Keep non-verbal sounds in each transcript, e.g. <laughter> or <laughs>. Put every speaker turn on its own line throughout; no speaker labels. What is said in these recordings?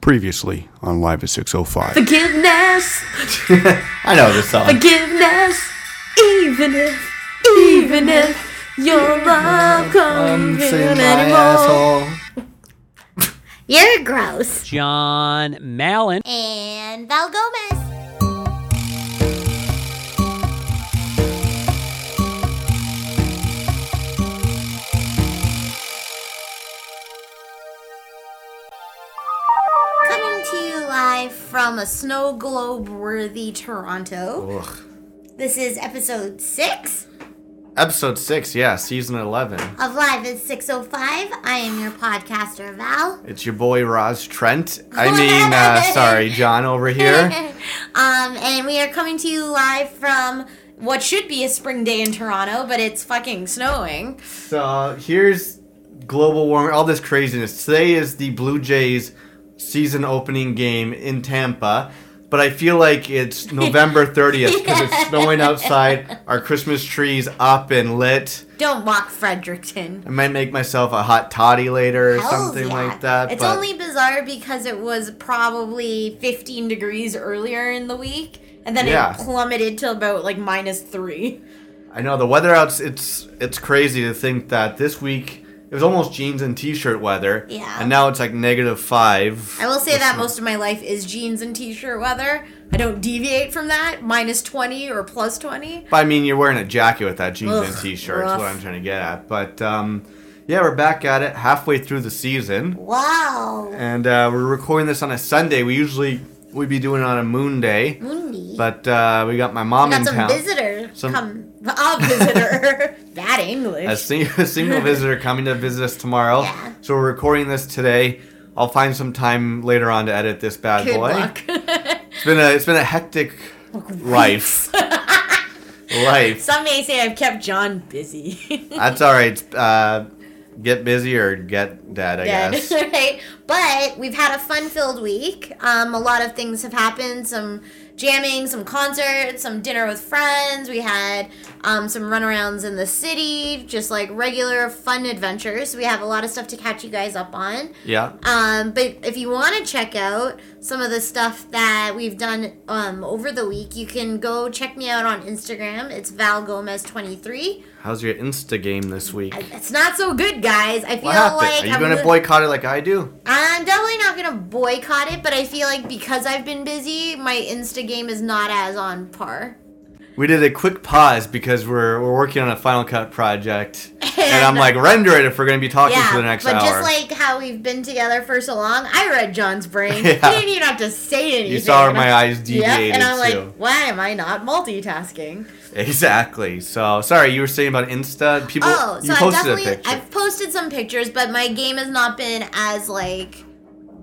Previously on Live at 605.
Forgiveness,
I know this song.
forgiveness, even if, even if your love
Um,
comes
say
in
my
anymore.
asshole.
You're gross.
John Mallon.
And Val Gomez. Coming to you live from a snow globe worthy Toronto.
Ugh.
This is episode six
Episode six, yeah, season eleven.
of Live at 605. I am your podcaster, Val.
It's your boy Roz Trent. I mean,
<laughs>
uh, sorry, John over here.
um, and we are coming to you live from
What should be a spring day in Toronto, but it's fucking snowing.
So here's global warming, all this craziness. Today is the Blue Jays season opening game in Tampa. But I feel
<laughs>
like it's November 30th because it's snowing outside. Our Christmas tree's up and lit.
Don't mock Fredericton.
I might make myself a hot toddy later or
Hells
something
yeah.
like that.
It's
but
only bizarre because it was probably 15 degrees earlier in the week, and then
Yeah.
it plummeted to about like minus three.
I know the weather outs. It's it's crazy to think that this week it was almost jeans and t-shirt weather.
Yeah.
And now it's like negative five.
I will say that most of my life is jeans and t-shirt weather. I don't deviate from that. Minus 20 or plus 20.
But I mean, you're wearing a jacket with that jeans and
Ugh,
t-shirt. Is
rough.
what I'm trying to get at. But um, yeah, we're back at it halfway through the season,
Wow,
and uh, we're recording this on a Sunday. We usually we'd be doing it on a moon day,
Mooney.
but uh, we got my mom
Got
in
some
town.
visitor
Some-
come.
A
<laughs>
visitor. Bad English.
a, sing- <laughs> a single visitor coming to visit us tomorrow.
Yeah.
So we're recording this today. I'll find some time later on to edit this bad
Good
boy.
luck. <laughs>
It's been a it's been a hectic
<laughs>
life. life.
Some may say I've kept John busy. <laughs>
That's all right. Uh, get busy or get dead, I guess.
<laughs> right? But we've had a fun-filled week. Um, a lot of things have happened. Some jamming, some concerts, some dinner with friends. We had um, some runarounds in the city, just like regular fun adventures. We have a lot of stuff to catch you guys up on.
Yeah.
Um, but if you want to check out some of the stuff that we've done um, over the week, you can go check me out on Instagram. It's Val Gomez twenty three.
How's your Insta game this week?
It's not so good, guys. I feel
What happened?
like
Are you
I'm,
gonna
li-
boycott it like I do?
I'm definitely not gonna boycott it, but I feel like because I've been busy, my Insta game is not as on par.
We did a quick pause because we're we're working on a Final Cut
<laughs>
project, and, I'm
And-
like, render it if we're gonna be talking
Yeah,
for the next
but
hour.
just like how we've been together for so long, I read
<laughs>
John's brain.
Yeah.
He didn't even have to say anything.
you saw where my
<laughs> And I-
eyes
yeah,
deviated
and I'm like,
too.
why am I not multitasking?
Exactly. So sorry, you were saying about Insta. People,
Oh,
you
so I've
posted
definitely
a picture.
I've posted some pictures, but my game has not been as like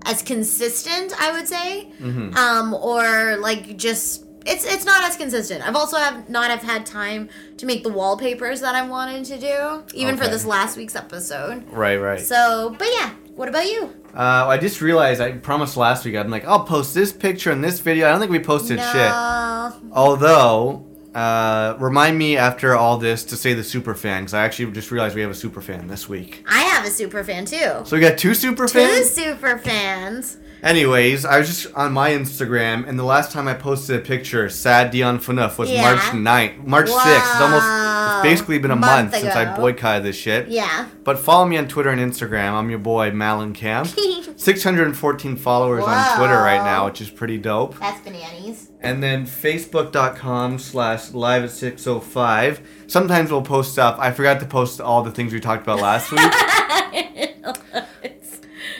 as consistent, I would say.
Mm-hmm.
Um, or like just it's it's not as consistent. I've also have not have had time to make the wallpapers that I wanted to do, even for
Okay.
this last week's episode.
right, right.
So, but yeah, what about you?
Uh, I just realized I promised last week. I'm like, I'll post this picture and this video. I don't think we posted shit.
No.
Although, uh, remind me after all this to say the super fan because I actually just realized we have a super fan this week.
I have a super fan too.
So we got two super
Two
fans.
super fans.
Anyways, I was just on my Instagram and the last time I posted a picture, sad Dion Phaneuf was
Yeah.
March 9th, March 6th. It's almost,
Wow.
it's basically been a
Month
month, since I
ago.
boycotted this shit.
Yeah. <laughs>
But follow me on Twitter and Instagram. I'm your boy Malin Camp. 614 followers on Twitter right now,
Wow.
which is pretty dope.
That's bananas.
And then facebook.com slash live at 605. Sometimes we'll post stuff. I forgot to post all the things we talked about
<laughs>
last week.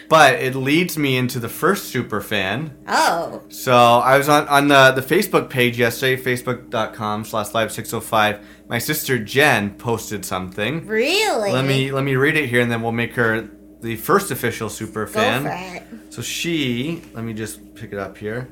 but it leads me into the first super fan.
Oh.
So I was on, on the, the Facebook page yesterday, facebook.com slash live 605. My sister Jen posted something.
Really?
Let me let me read it here, and then we'll make her the first official super
go
fan.
for it.
So she, let me just pick it up here.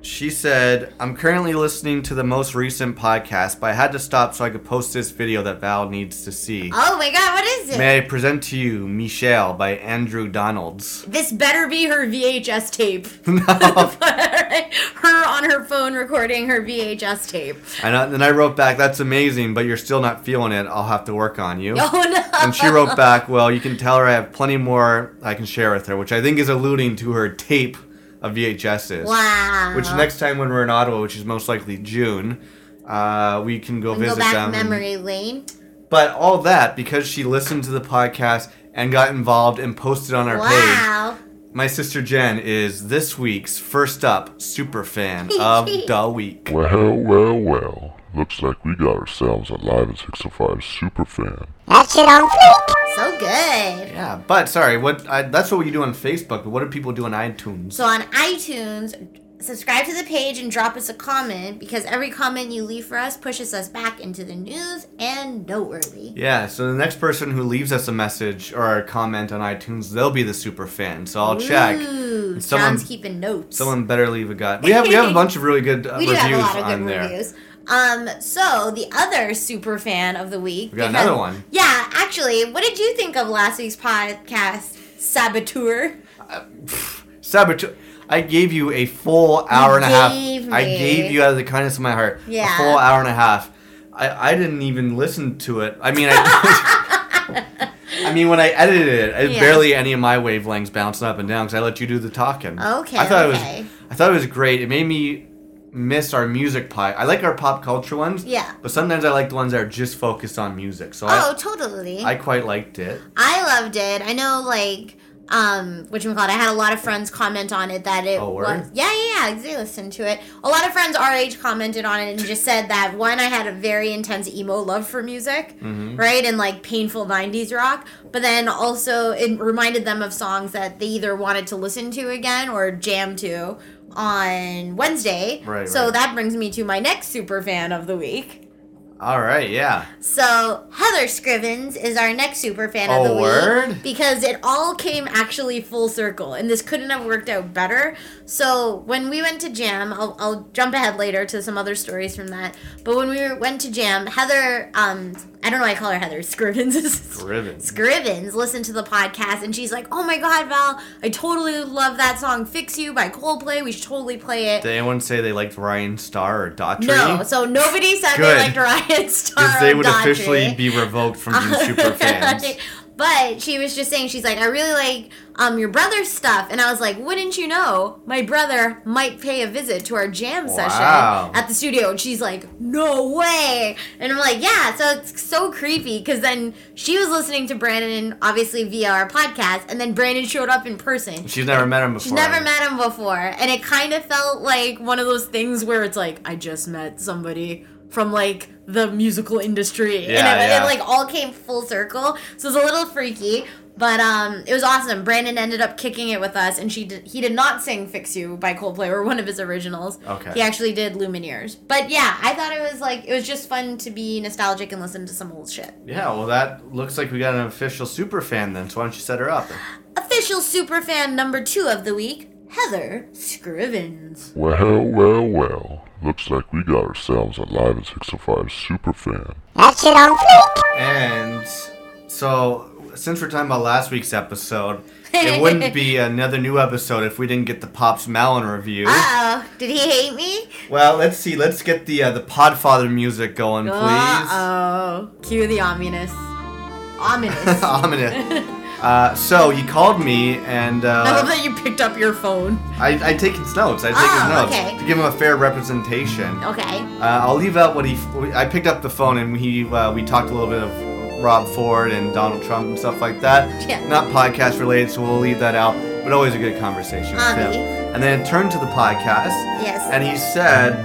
She said, I'm currently listening to the most recent podcast, but I had to stop so I could post this video that Val needs to see.
Oh my god, what is it?
May I present to you Michelle by Andrew Donalds. <laughs>
This better be her VHS tape.
<laughs>
her on her phone recording her VHS tape.
And I- then I wrote back, That's amazing, but you're still not feeling it. I'll have to work on you.
Oh no.
<laughs> And she wrote back, Well, you can tell her I have plenty more I can share with her, which I think is alluding to her tape of VHSs.
Wow.
Which next time when we're in Ottawa, which is most likely June, uh, we can go
Go
visit
back
them. and-
memory lane.
But all that because she listened to the podcast and got involved and posted on our page.
Wow.
My sister Jen is this week's first up super fan
<laughs>
of the week.
Well, well, well. Looks like we got ourselves a Live at 605 superfan.
So good.
Yeah, but sorry, what I, that's what we do on Facebook. But what do people do on iTunes?
So on iTunes, subscribe to the page and drop us a comment because every comment you leave for us pushes us back into the news and noteworthy.
yeah, so the next person who leaves us a message or a comment on iTunes, they'll be the super fan. So I'll check.
Ooh,
And someone-
John's keeping notes.
Someone better leave a gut. We have we have a bunch of really good uh,
we do
reviews
have a lot of
on
good
there.
reviews. Um, so the other super fan of the week.
We got another one.
Yeah, actually, what did you think of last week's podcast, Saboteur?
Saboteur. I gave you a full hour and a half.
gave
I
me-
gave you out of the kindness of my heart
Yeah.
a full hour and a half. I, I didn't even listen to it. I mean, I. I <laughs> mean, when I edited it, it
Yeah.
barely any of my wavelengths bouncing up and down because I let you do the talking.
Okay,
I thought it
okay.
was. I thought it was great. It made me miss our music pie. I like our pop culture ones.
Yeah.
But sometimes I like the ones that are just focused on music. So
Oh, totally.
I, I quite liked it.
I loved it. I know, like, um, which we call it. I had a lot of friends comment on it that it
Oh, word?
was. Yeah, yeah, yeah. They listened to it. A lot of friends our age commented on it and just said that one, I had a very intense emo love for music,
Mm-hmm.
right, and like painful '90s rock. But then also, it reminded them of songs that they either wanted to listen to again or jam to on Wednesday.
Right,
So
right.
that brings me to my next super fan of the week.
All right. Yeah.
So Heather Scrivens is our next super fan
Oh,
of the
word?
week because it all came actually full circle, and this couldn't have worked out better. So when we went to Jam, I'll, I'll jump ahead later to some other stories from that. But when we went to Jam, Heather, um, I don't know, why I call her Heather Scrivens. <laughs>
Ribbon.
Scrivens listened to the podcast and she's like, "Oh my god, Val! I totally love that song, Fix You by Coldplay. We should totally play it."
Did anyone say they liked Ryan Starr or Daughtry?
No, so nobody said
Good.
they liked Ryan <laughs> Star.
Because they
or
would
Daughtry.
officially be revoked from
<laughs>
being super fans.
But she was just saying, she's like, I really like um, your brother's stuff. And I was like, wouldn't you know, my brother might pay a visit to our jam
Wow.
session at the studio. And she's like, no way. And I'm like, yeah. So it's so creepy because then she was listening to Brandon, obviously via our podcast. And then Brandon showed up in person.
She's never met him before.
She's never met him before, and it kind of felt like one of those things where it's like I just met somebody from like the musical industry, and, it,
Yeah,
and
yeah.
it like all came full circle. So it was a little freaky, but um, it was awesome. Brandon ended up kicking it with us, and she did, he did not sing "Fix You" by Coldplay or one of his originals.
Okay.
he actually did Lumineers, but yeah, I thought it was like it was just fun to be nostalgic and listen to some old shit.
Yeah, well, that looks like we got an official super fan then, so why don't you set her up?
Official superfan number two of the week, Heather Scrivens.
Well, well, well. Looks like we got ourselves a Live at 605 superfan.
And so, since we're talking about last week's episode, it wouldn't
<laughs>
be another new episode if we didn't get the Pops Malin review.
Uh oh, did he hate me?
Well, let's see. Let's get the uh, the Podfather music going, please.
Uh-oh. Cue the ominous.
<laughs>
Ominous.
<laughs>
I <laughs>
Ominous. Uh, so he called me and uh,
love that you picked up your phone.
I, I take his notes. I take
Oh,
his notes
okay.
to give him a fair representation.
Okay.
Uh, I'll leave out what he. I picked up the phone and he. Uh, we talked a little bit of Rob Ford and Donald Trump and stuff like that.
Yeah.
Not podcast related, so we'll leave that out. But always a good conversation with him.
Avi.
And then it turned to the podcast.
Yes.
And he said,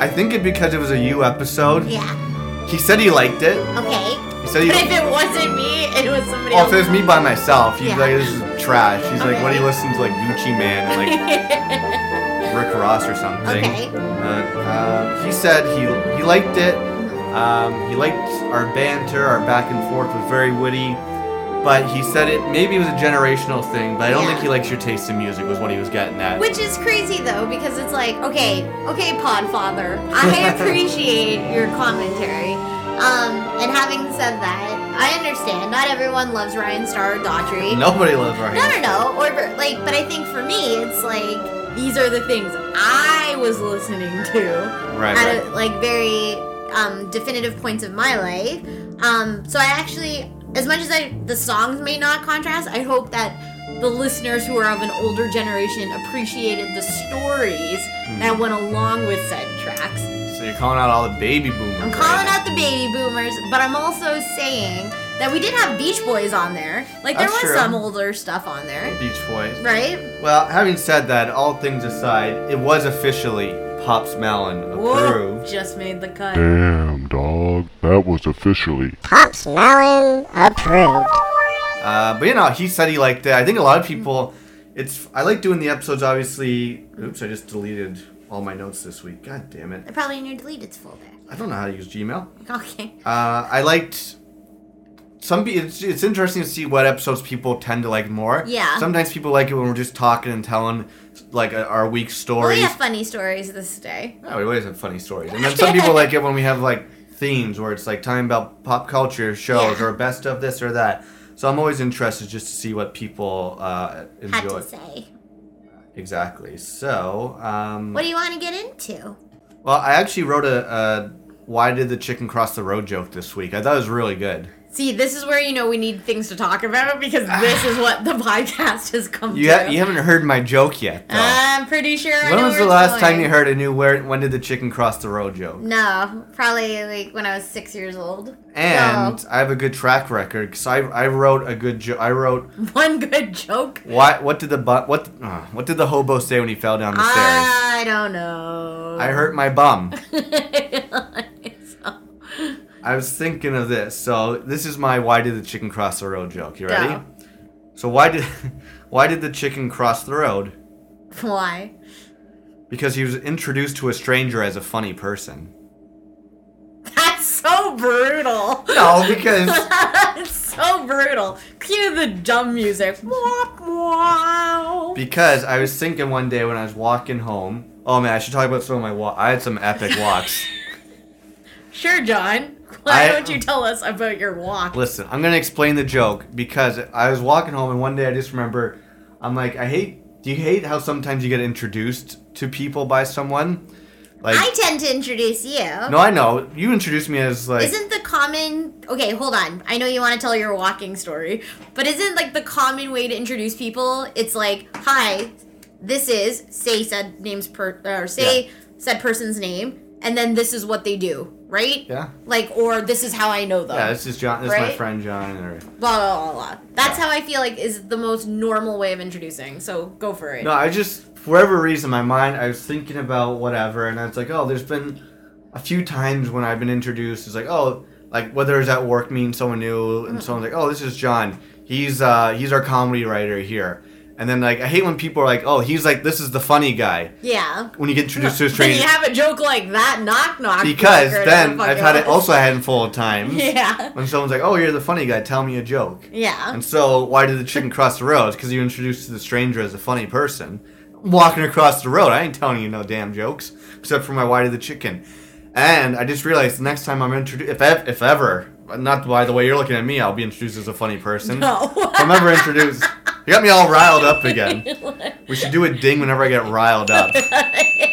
<laughs>
I think it because it was a you episode.
Yeah.
He said he liked it.
Okay.
He said he.
But if it wasn't me, it was somebody
Well, Oh, if it
else.
was me by myself, he's
Yeah.
like, this is trash. He's like,
Okay.
what do you listen to, like Gucci Man and like
<laughs>
Rick Ross or something?
Okay.
Uh, uh, he said he he liked it. Um, he liked our banter. Our back and forth was very witty. But he said it maybe it was a generational thing, but I don't
Yeah.
think he likes your taste in music was what he was getting at.
Which is crazy though, because it's like, okay, okay, Podfather, I appreciate your commentary. Um, and having said that, I understand not everyone loves Ryan Starr or Daughtry.
Nobody loves Ryan.
No, no, no. Or but, like, but I think for me, it's like these are the things I was listening to
Right,
at
right.
a, like very um, definitive points of my life. Um, so I actually, as much as I, the songs may not contrast, I hope that the listeners who are of an older generation appreciated the stories
Hmm.
that went along with said tracks.
So you're calling out all the baby boomers.
I'm calling out the baby boomers, but I'm also saying that we did have Beach Boys on there. Like there
That's
was
true.
some older stuff on there,
Beach Boys.
right?
Well, having said that, all things aside, it was officially Pops Malin
Whoa,
approved.
just made the cut.
Damn, dog. That was officially
Pops Malin approved.
Uh, but you know, he said he liked it. I think a lot of people. It's I like doing the episodes. Obviously, oops, I just deleted all my notes this week. God damn it!
Probably in your deleted folder.
I don't know how to use Gmail.
<laughs> Okay.
Uh, I liked some. pe- It's, it's interesting to see what episodes people tend to like more.
Yeah.
Sometimes people like it when we're just talking and telling like uh, our week's
Well, we
stories.
have funny stories this day.
No, we always have funny stories. And then some people like it when we have like themes where it's like time about pop culture shows
Yeah.
or best of this or that. So I'm always interested just to see what people uh,
Had
enjoy.
to say.
Exactly. So, um,
What do you want to get into?
well, I actually wrote a, a "Why did the chicken cross the road?" joke this week. I thought it was really good.
See, this is where you know we need things to talk about because this is what the <laughs> podcast has come
You
to.
ha- you haven't heard my joke yet. Though.
I'm pretty sure. I
when
know
was
where
the
it's
last
going.
time you heard a new where? When did the chicken cross the road joke?
No, probably like when I was six years old.
And
So,
I have a good track record because I, I wrote a good joke. I wrote
<laughs> one good joke?
What what did the bu- what uh, what did the hobo say when he fell down the stairs?
I don't know.
I hurt my bum.
So-
I was thinking of this. So this is my why did the chicken cross the road joke. You ready?
Go.
So why did <laughs> why did the chicken cross the road?
Why?
Because he was introduced to a stranger as a funny person.
<laughs> That's so brutal.
No, because
That's <laughs> so brutal. Cue the dumb music. Womp wow.
because I was thinking one day when I was walking home. Oh man, I should talk about some of my walk. I had some epic walks.
Sure, John. Why
I-
don't you tell us about your walk?
Listen, I'm gonna explain the joke because I was walking home and one day I just remember, I'm like, I hate. Do you hate how sometimes you get introduced to people by someone? Like,
I tend to introduce you.
no, I know you introduced me as like.
Isn't the common okay? Hold on. I know you want to tell your walking story, but isn't like the common way to introduce people? It's like, hi, this is say said name's per or say
Yeah.
said person's name, and then this is what they do, right?
yeah,
Like, or this is how I know them.
yeah. This is John. This is my
Right?
friend John. Or,
Blah blah blah blah. That's how I feel like is the most normal way of introducing. So go for it.
no, I just for whatever reason my mind I was thinking about whatever and I was like, oh, there's been a few times when I've been introduced. It's like, oh, like whether it's at work meeting someone new and someone's like, oh, this is John. He's uh he's our comedy writer here. And then like I hate when people are like, oh, he's like this is the funny guy
<laughs> Yeah.
when you get introduced to a
Then you
stranger
have a joke like that, knock knock.
because
joke or
then
whatever
I've
the
had it
fuck
<laughs>
also had in full times
Yeah.
when someone's like, oh, you're the funny guy. Tell me a joke.
Yeah. <laughs>
And so, why did the chicken cross the road? Because you introduced to the stranger as a funny person. I'm walking across the road. I ain't telling you no damn jokes, except for my why did the chicken. And I just realized the next time I'm introduced, if, ev- if ever, not by the way you're looking at me, I'll be introduced as a funny person. <laughs>
No.
If I'm ever introduced, you got me all riled up again. We should do a ding whenever I get riled up.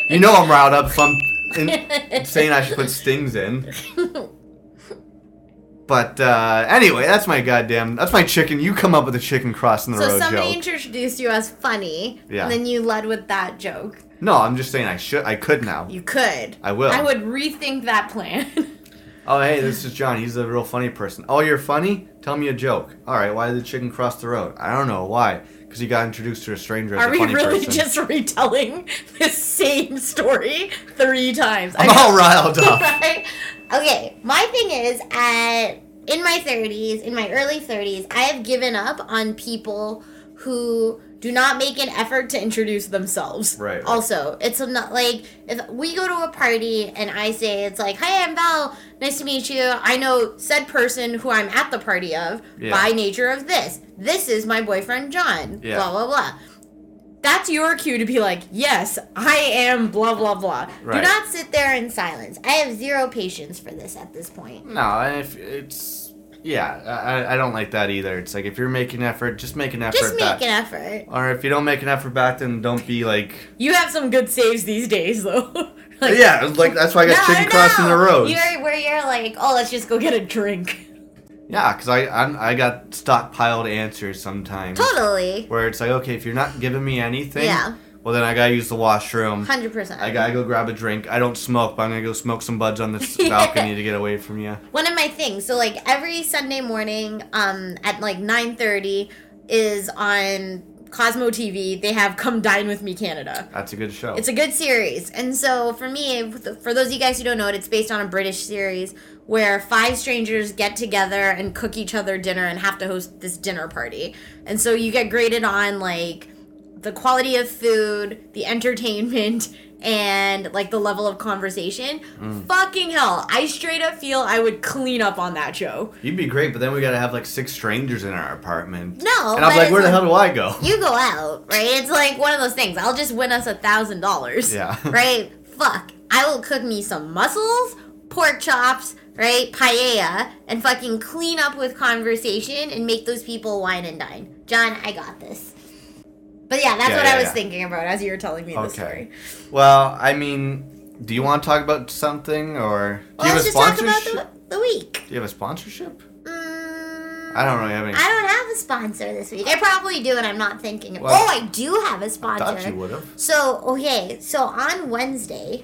You know I'm riled up if I'm in, saying I should put stings in. But uh, anyway, that's my goddamn. That's my chicken. You come up with a chicken crossing the
So
road
somebody
joke.
introduced you as funny,
Yeah.
and then you led with that joke.
no, I'm just saying I should. I could now.
You could.
I will.
I would rethink that
<laughs>
plan.
Oh hey, this is John. He's a real funny person. Oh, you're funny. Tell me a joke. All right, why did the chicken cross the road? I don't know why. Because he got introduced to a stranger as
Are
a
we
funny
really
person.
just
<laughs>
retelling the same story three times?
<laughs>
I
<laughs> I'm
know,
all riled up.
<laughs> right? Okay, my thing is at in my 30s, in my early 30s, I have given up on people who do not make an effort to introduce themselves.
Right, right.
Also, it's not like if we go to a party and I say it's like, "Hi, I'm Val. Nice to meet you. I know said person who I'm at the party of
Yeah.
by nature of this. This is my boyfriend John.
Yeah.
Blah blah blah." That's your cue to be like, "Yes, I am." Blah blah blah.
Right.
Do not sit there in silence. I have zero patience for this at this point.
No, and if it's yeah, I, I- I don't like that either. It's like if you're making effort, just make an effort
Just make
back.
an effort.
or if you don't make an effort back, then don't be like
You have some good saves these days, though. <laughs> like,
yeah. it's Like that's why I got
no,
chicken
no.
crossing the road.
You're, where you're like, oh, let's just go get a drink. <laughs>
Yeah, because I I'm, I got stockpiled answers sometimes.
Totally.
Where it's like, okay, if you're not giving me anything,
Yeah.
well then I gotta use the washroom.
100%.
I gotta go grab a drink. I don't smoke, but I'm gonna go smoke some buds on
<laughs>
this balcony to get away from you.
One of my things, so like every Sunday morning um, at like 9.30 is on Cosmo TV, they have Come Dine With Me Canada.
That's a good show.
It's a good series. And so for me, for those of you guys who don't know it, it's based on a British series where five strangers get together and cook each other dinner and have to host this dinner party. And so you get graded on like the quality of food, the entertainment, <laughs> and like the level of conversation. Fucking hell. I straight up feel I would clean up on that show.
You'd be great, but then we gotta have like six strangers in our apartment.
No,
and I'm
but
like, where the
it's-
hell do I go?
you go out, right? It's like one of those things. I'll just win us a thousand dollars.
Yeah. <laughs>
Right? Fuck. I will cook me some mussels, pork chops, right? Paella, and fucking clean up with conversation and make those people wine and dine. John, I got this. But yeah, that's
Yeah,
what
yeah,
I was
yeah.
thinking about as you were telling me the
Okay.
story.
Well, I mean, do you want to talk about something or do
Well,
you have
let's
a
just talk
sponsorship?
about the, the week.
do you have a sponsorship?
Mm,
I don't really have any.
I don't have a sponsor this week. I probably do, and I'm not thinking. of
Well,
oh, I do have a sponsor.
thought you would have.
So, okay, so on Wednesday,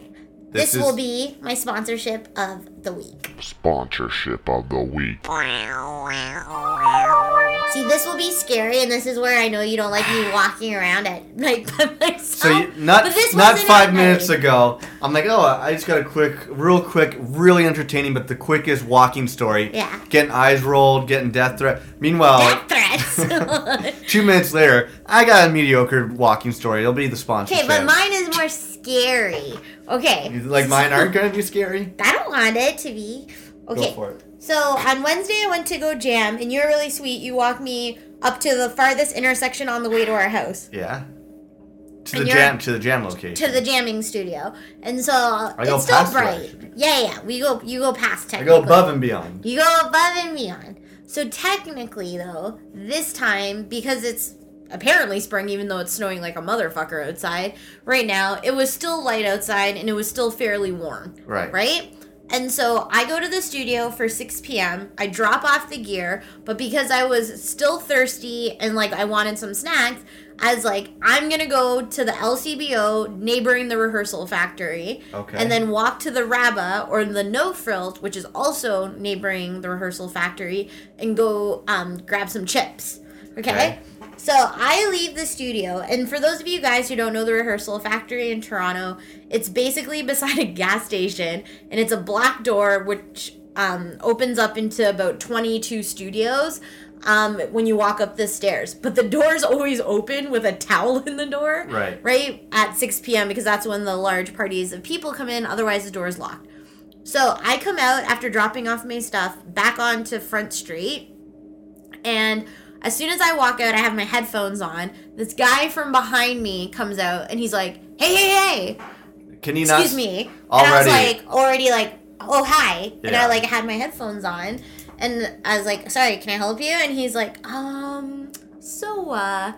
this,
This is-
will be my sponsorship of the week.
Sponsorship of the week.
See, this will be scary, and this is where I know you don't like
<sighs>
me walking around at night by myself.
So you, not
but this
not
wasn't
five
at
minutes
night.
ago, I'm like, oh, I just got a quick, real quick, really entertaining, but the quickest walking story.
Yeah.
Getting eyes rolled, getting death threat. Meanwhile,
Death threats.
two minutes later, I got a mediocre walking story. It'll be the sponsorship.
<laughs> okay, but mine is more scary. Okay,
like mine
<laughs>
aren't gonna be scary.
I don't want it to be. Okay,
Go for it.
So on Wednesday, I went to go jam, and you're really sweet. You walked me up to the farthest intersection on the way to our house,
Yeah. To
And
the
you're-
jam, to the jam location.
to the jamming studio, and so
I go
it's still
past where I
bright.
should
Yeah, yeah. We go, you go past.
I go
Technically,
above and beyond.
You go above and beyond. So technically, though, this time because it's apparently spring, even though it's snowing like a motherfucker outside right now, it was still light outside and it was still fairly warm.
Right.
Right. And so I go to the studio for 6 p.m. I drop off the gear, but because I was still thirsty and like I wanted some snacks, I was like, I'm gonna go to the LCBO neighboring the rehearsal factory.
Okay.
And then walk to the Rabba or the No Frills, which is also neighboring the rehearsal factory, and go um, grab some chips.
Okay.
Okay? So I leave the studio, and for those of you guys who don't know the rehearsal factory in Toronto, it's basically <laughs> beside a gas station, and it's a black door which um, opens up into about 22 studios um, when you walk up the stairs. But the door's <laughs> always open with a towel in the door,
Right.
Right at 6 p.m. because that's when the large parties of people come in. Otherwise, the door is locked. So I come out after dropping off my stuff back onto Front Street. And as soon as I walk out, I have my headphones on. This guy from behind me comes out and he's like, "Hey, hey, hey!"
Can you not?
Excuse me. And I was
Already.
like, already like, "Oh, hi!" And
Yeah.
I like had my headphones on, and I was like, "Sorry, can I help you?" And he's like, "Um, so uh,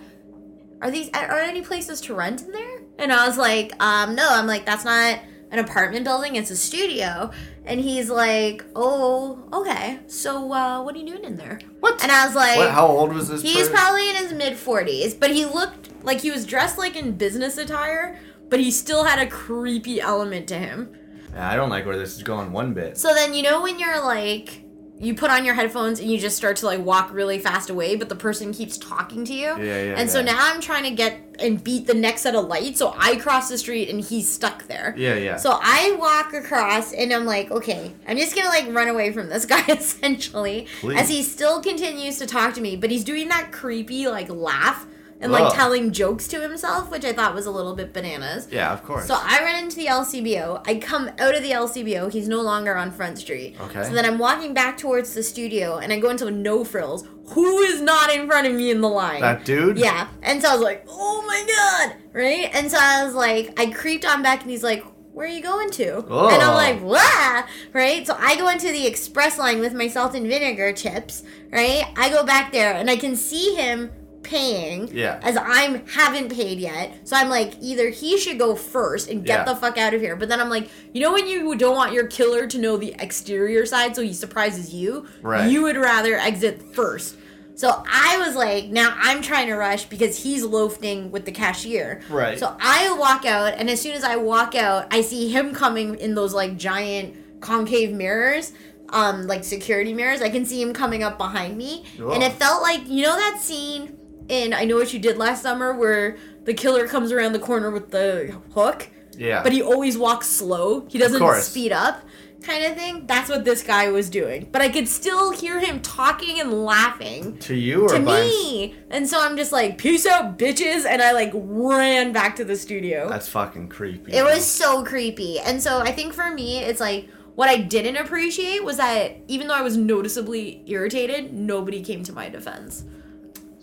are these are any places to rent in there?" And I was like, "Um, no." I'm like, "That's not an apartment building. It's a studio." And he's like, "Oh, okay. So uh, what are you doing in there?"
What?
And I was like,
What, how old was this?
He's
person?
probably in his mid 40s, but he looked like he was dressed like in business attire, but he still had a creepy element to him.
Yeah, I don't like where this is going one bit.
So then, you know, when you're like, you put on your headphones and you just start to like walk really fast away, but the person keeps talking to you.
Yeah, yeah,
And so
yeah.
now I'm trying to get and beat the next set of lights, so I cross the street and he's stuck there.
Yeah, yeah.
So I walk across and I'm like, okay, I'm just gonna like run away from this <laughs> guy essentially.
Please.
As he still continues to talk to me, but he's doing that creepy like laugh and like
Ugh.
telling jokes to himself, which I thought was a little bit bananas.
Yeah, of course.
So I run into the LCBO. I come out of the LCBO. He's no longer on Front Street.
Okay.
So then I'm walking back towards the studio and I go into a no frills. Who is not in front of me in the line?
that dude.
Yeah. And so I was like, oh my God. Right? And so I was like, I creeped on back and he's like, where are you going to?
Oh.
And I'm like, wah. Right? So I go into the express line with my salt and vinegar chips. Right? I go back there and I can see him paying
Yeah.
as I'm haven't paid yet. So I'm like, either he should go first and get
Yeah.
the fuck out of here. But then I'm like, you know when you don't want your killer to know the exterior side so he surprises you?
Right.
You would rather exit first. So I was like, now I'm trying to rush because he's loafing with the cashier.
Right.
So I walk out, and as soon as I walk out, I see him coming in those like giant concave mirrors, um, like security mirrors. I can see him coming up behind me, and
Ugh.
it felt like you know that scene in I Know What You Did Last Summer where the killer comes around the corner with the hook,
Yeah.
but he always walks slow. He doesn't
course.
speed up. Kind of thing. That's what this guy was doing. But I could still hear him talking and laughing
to you or
to
by him-
me. And so I'm just like, peace out, bitches. And I like ran back to the studio.
That's fucking creepy.
it was so creepy. And so I think for me, it's like what I didn't appreciate was that even though I was noticeably irritated, nobody came to my defense.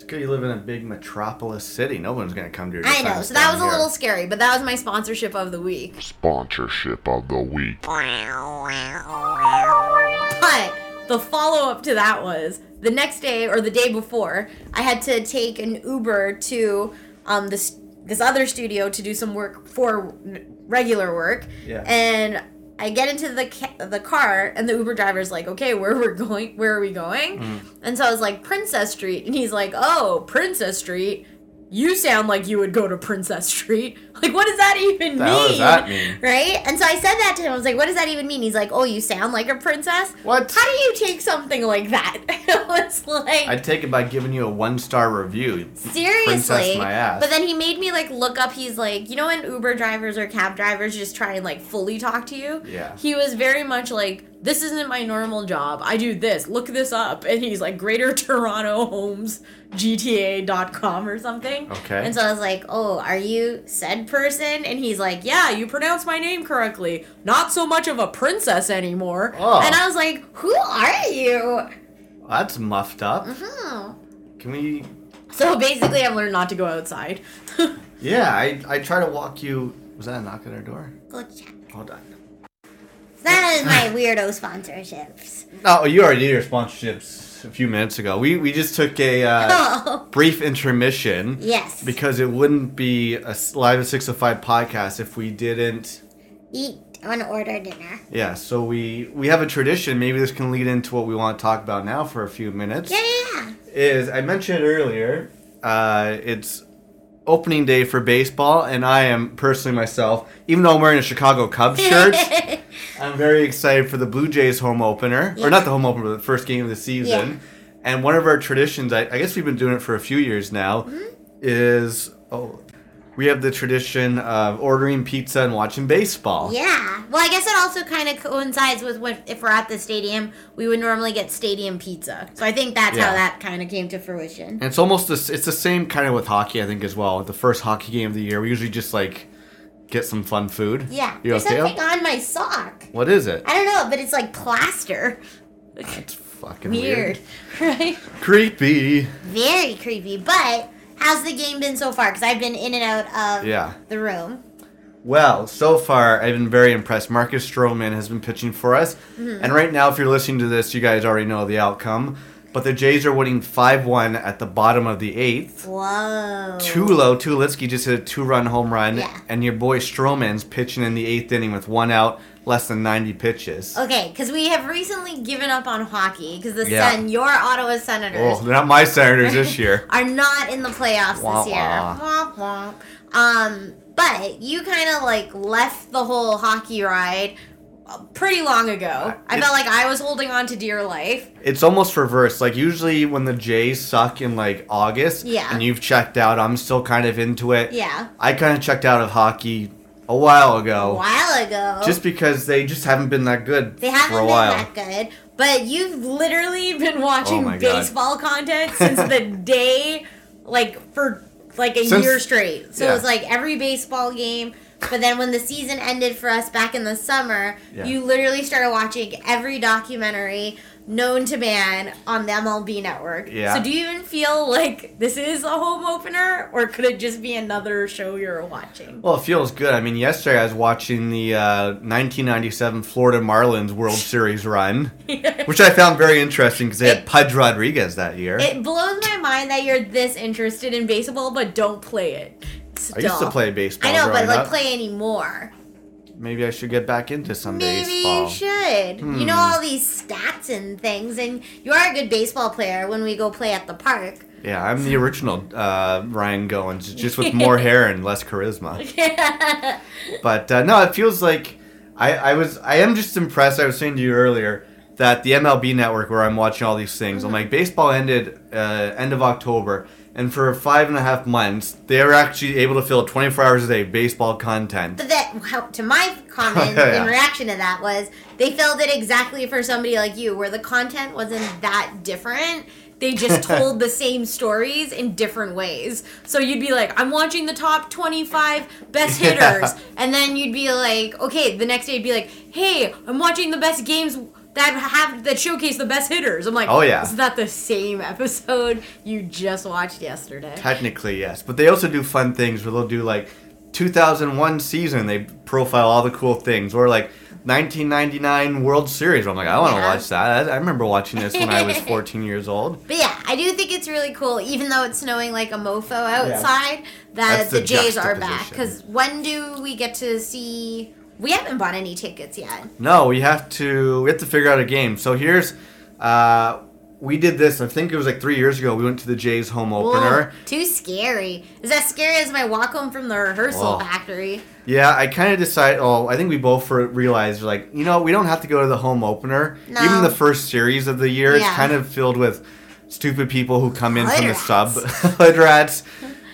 It's good you live in a big metropolis city. No one's gonna come to your.
I know.
defense
So
down
that was a
here.
little scary, but that was my sponsorship of the week.
Sponsorship of the week.
But the follow up to that was the next day or the day before, I had to take an Uber to um, this this other studio to do some work for n- regular work.
Yeah.
And I get into the ca- the car and the Uber driver's like, "Okay, where we're going? Where are we going?"
Mm.
And so I was like, "Princess Street." And he's like, "Oh, Princess Street." You sound like you would go to Princess Street. <laughs> Like, what does that even
The
mean?
hell does that mean?
Right? And so I said that to him. I was like, what does that even mean? He's like, oh, you sound like a princess?
What?
How do you take something like that? <laughs> it was like,
I'd take it by giving you a one star review.
seriously.
princess my ass.
But then he made me like look up. He's like, you know, when Uber drivers or cab drivers just try and like fully talk to you?
Yeah.
He was very much like, this isn't my normal job. I do this. Look this up. And he's like, Greater Toronto Homes GTA.com or something.
Okay.
And so I was like, oh, are you said person? And he's like, yeah, you pronounced my name correctly. Not so much of a princess anymore.
Oh.
And I was like, who are you?
That's muffed up.
Oh.
Can we?
So basically, I've learned not to go outside. <laughs>
Yeah, I I try to walk you. Was that a knock at our door?
Go check.
Hold on.
That is
<laughs>
my weirdo sponsorships.
No, Oh, you already did your sponsorships a few minutes ago. We we just took a
<laughs>
uh,
Oh,
brief intermission.
Yes.
Because it wouldn't be a s- live at six oh five podcast if we didn't.
Eat an order dinner.
Yeah, so we we have a tradition. Maybe this can lead into what we want to talk about now for a few minutes.
Yeah.
Is I mentioned earlier, uh, it's opening day for baseball, and I am personally myself, even though I'm wearing a Chicago Cubs shirt, I'm very excited for the Blue Jays home opener, or not the home opener, but the first game of the season. And one of our traditions, I, I guess we've been doing it for a few years now, is oh, we have the tradition of ordering pizza and watching baseball.
Yeah.
Well, I guess it also kind of coincides with when, if we're at the stadium, we would normally get stadium pizza. So I think that's
Yeah. Mm.
how that kind of came to fruition.
And it's almost this. It's the same kind of with hockey, I think, as well. The first hockey game of the year, we usually just like get some fun food.
Yeah.
You
There's
okay?
something on my sock.
What is it?
I don't know, but it's like plaster.
It's fucking
Weird.
weird.
Right?
Creepy.
Very creepy. But how's the game been so far? Because I've been in and out of
Yeah.
the room.
Well, so far I've been very impressed. Marcus Stroman has been pitching for us,
Mm-hmm.
and right now, if you're listening to this, you guys already know the outcome. But the Jays are winning five-one at the bottom of the eighth.
Whoa.
Tulo Tulitsky just hit a two-run home run,
Yeah.
and your boy Stroman's pitching in the eighth inning with one out, less than ninety pitches.
Okay, because we have recently given up on hockey because the
Yeah.
Sun, your Ottawa Senators,
Oh, they're not my Senators this year. <laughs>
are not in the playoffs
Wah,
this year.
wah.
Wah, wah. Um, but you kind of like left the whole hockey ride uh, pretty long ago. I
it-
felt like I was holding on to dear life.
It's almost reversed. Like usually when the Jays suck in like August,
Yeah.
and you've checked out, I'm still kind of into it.
Yeah.
I kind of checked out of hockey a while ago,
A while ago.
Oh. just because they just haven't been that good
they haven't
for a
been
while. Oh
that good. But you've literally been watching
my God. <laughs>
baseball content since the day, like, for like a
Since-
year straight. So
yeah.
it was like every baseball game. But then when the season ended for us back in the summer,
Yeah.
you literally started watching every documentary known to man on the MLB network.
Yeah.
So do you even feel like this is a home opener, or could it just be another show you're watching?
Well, it feels good. I mean, yesterday I was watching the uh, 1997 Florida Marlins
<laughs>
World Series run, which I found very interesting because they had Pudge Rodriguez that year.
It blows my mind that you're this interested in baseball, but don't play it.
I used to
Still.
play baseball.
I know, but
growing
like
up.
play anymore.
Maybe I should get back into some
Maybe
baseball. Hmm.
you should. You know all these stats and things, and you are a good baseball player when we go play at the park.
Yeah, I'm the original uh, Ryan Goins, just with more hair and less charisma. but uh, no, it feels like I, I was I am just impressed. I was saying to you earlier that the MLB Network, where I'm watching all these things, I'm like baseball ended uh, end of October, and for five and a half months they were actually able to fill 24 hours a day baseball content.
But that, how, to my
<laughs>
comment
Yeah.
in reaction to that was they filled it exactly for somebody like you, where the content wasn't that different.
They
<laughs>
just told the same stories in different ways. So you'd be like, I'm watching the top 25 best
<laughs>
hitters. And then you'd be like, okay, the next day you'd be like, hey, I'm watching the best games that have that showcase the best hitters. I'm like,
Oh, yeah.
Is that the same episode you just watched yesterday?
Technically, yes, but they also do fun things where they'll do like 2001 season. They profile all the cool things, or like 1999 World Series. I'm like, I want to
Yeah.
watch that. I, I remember watching this when
<laughs>
I was 14 years old.
But yeah, I do think it's really cool, even though it's snowing like a mofo outside, that
That's
the,
the
Jays are back. Because
juxtaposition.
when do we get to see? We haven't bought any tickets yet.
No, we have to we have to figure out a game. So here's, uh, we did this. I think it was like three years ago. We went to the Jays home opener.
Whoa, too scary. Is that scary as my walk home from the rehearsal
Whoa.
factory?
Yeah, I kind of decided. Oh, I think we both re- realized like you know we don't have to go to the home opener.
No.
Even the first series of the year is
Yeah.
kind of filled with stupid people who come in from the
Hood
sub, <laughs> hood rats.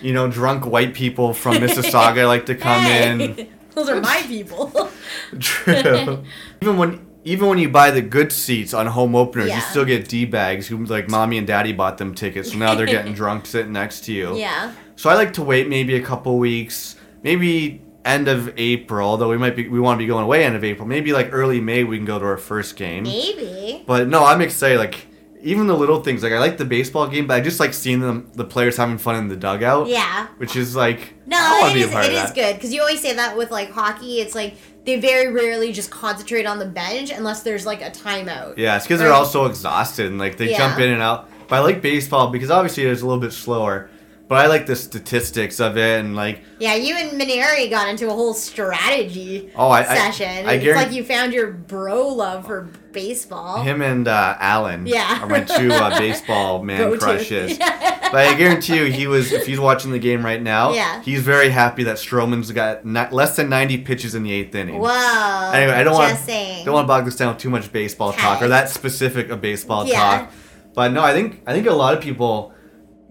You know, drunk white people from Mississauga like to come in.
<laughs>
Those are my people.
<laughs> True. even when even when you buy the good seats on home openers,
Yeah.
you still get d bags who like mommy and daddy bought them tickets, so now they're
<laughs>
getting drunk sitting next to you.
yeah.
So I like to wait maybe a couple weeks, maybe end of April, though we might be we want to be going away end of April. Maybe like early May we can go to our first game.
Maybe.
But no, I'm excited. Like even the little things, like I like the baseball game, but I just like seeing them the players having fun in the dugout.
Yeah.
Which is like I
No,
want
it
to be
is,
a part of
it is
that.
good because you always say that with like hockey. It's like they very rarely just concentrate on the bench unless there's like a timeout.
Yeah, it's because they're all so exhausted and like they
Yeah.
jump in and out. But I like baseball because obviously it's a little bit slower. But I like the statistics of it and like
Yeah, you and Maneri got into a whole strategy
oh I I-
session.
I,
it's
guarantee
like you found your bro love for baseball.
Him and uh, Alan
Oh. Yeah.
are my two uh,
<laughs>
baseball man
Go-to.
crushes. But I guarantee you, he was if he's watching the game right now,
Yeah.
he's very happy that Stroman's got not, less than 90 pitches in the eighth inning.
Whoa.
Anyway, I don't
just
want
saying.
don't want to bog this down with too much baseball talk
Okay.
or that specific of baseball
Yeah.
talk. But no, I think I think a lot of people.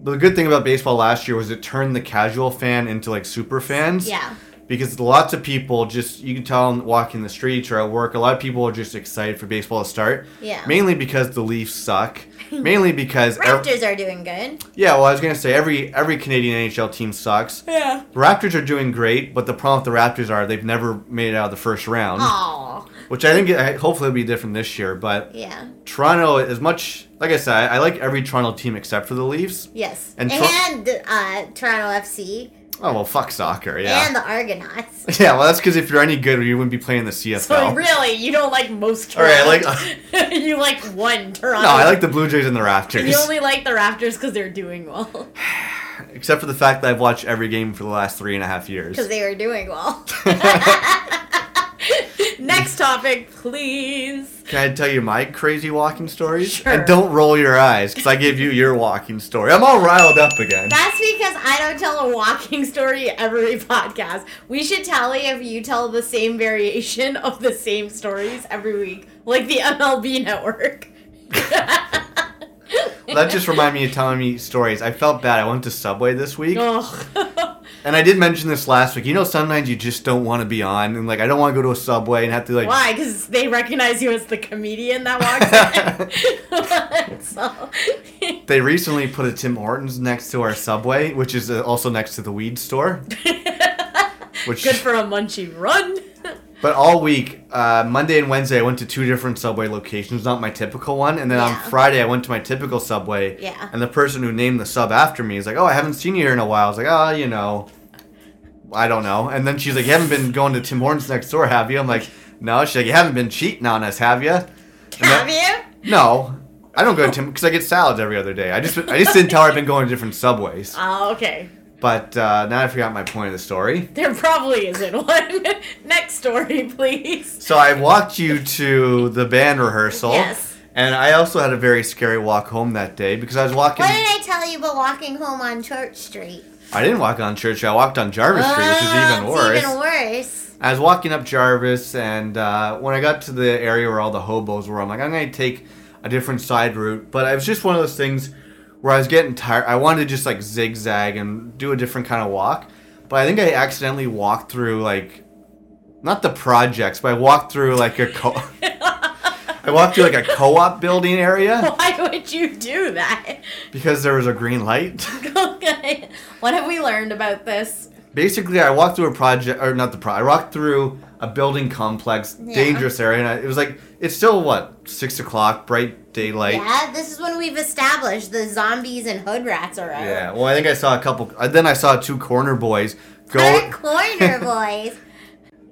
The good thing about baseball last year was it turned the casual fan into like super fans
Yeah.
because lots of people just you can tell them walking the streets or at work a lot of people are just excited for baseball to start
Yeah.
mainly because the leafs suck mainly because ev- Mm.
Raptors are doing good.
yeah well i was gonna say every every canadian nhl team sucks
Yeah.
the raptors are doing great but the problem with the raptors are they've never made it out of the first round
Aw.
which i think I- hopefully will be different this year but
Yeah.
toronto as much like i said i, I like every toronto team except for the leafs
Yes.
And
And,
Tor-
uh, Toronto FC
oh well fuck soccer yeah
and the
<laughs>
Argonauts.
yeah well that's because if you're any good you wouldn't be playing the cfl
So really, you don't like most
All right, I like-
Toronto.
<laughs>
you like one Toronto.
no i like the blue jays and the raptors
You only like the Raptors because they're doing well.
except for the fact that I've watched every game for the last three and a half years.
Because they were doing <laughs> well.
Next topic, please.
Can I tell you my crazy walking stories?
Sure.
And don't roll your eyes, because I gave you your walking story. I'm all riled up again.
That's because I don't tell a walking story every podcast. We should tally if you tell the same variation of the same stories every week, like the MLB network.
Oh.
that just reminded me of telling me stories. I felt bad. I went to Subway this week,
Ugh.
And I did mention this last week. You know, sometimes you just don't want to be on, and like I don't want to go to a subway and have to like.
Why? Because they recognize you as the comedian that walks
<laughs>
in. so,
They recently put a Tim Hortons next to our subway, which is uh, also next to the
<laughs>
weed store. Which,
good for a munchie run.
but all week, uh, Monday and Wednesday, I went to two different subway locations, not my typical one. And then
Yeah.
on Friday, I went to my typical subway.
Yeah.
And the person who named the sub after me is like, "Oh, I haven't seen you here in a while." I was like, "Oh, you know, I don't know." And then she's like, "You haven't been going to Tim Hortons next door, have you?" I'm like, "No." She's like, "You haven't been cheating on us, have you?"
Have you?
No, I don't go to Tim because I get salads every other day. I just I just didn't tell her I've been going to different subways.
Oh, okay.
But uh, now I forgot my point of the story.
There probably isn't
<laughs>
one. Next story, please.
So I walked you to the band rehearsal.
Yes.
And I also had a very scary walk home that day because I was walking.
What did I tell you about walking home on Church Street?
I didn't walk on Church. I walked on Jarvis Street, which is
Ah,
even worse.
It's even worse. <laughs>
I was walking up Jarvis, and uh, when I got to the area where all the hobos were, I'm like, I'm gonna take a different side route. But it was just one of those things where I was getting tired. I wanted to just like zigzag and do a different kind of walk. But I think I accidentally walked through like, not the projects, but I walked through like a co. <laughs> I walked through like a co-op building
<laughs>
area
Why would you do that?
because there was a green light.
okay. What have we learned about this?
basically I walked through a project or not the pro I walked through a building complex, dangerous area, and I, it was like it's still what six o'clock, bright daylight.
Yeah, this is when we've established the zombies and hood rats are out.
Yeah, Well, I think I saw a couple. uh, Then I saw two corner boys go.
Our
<laughs>
corner boys.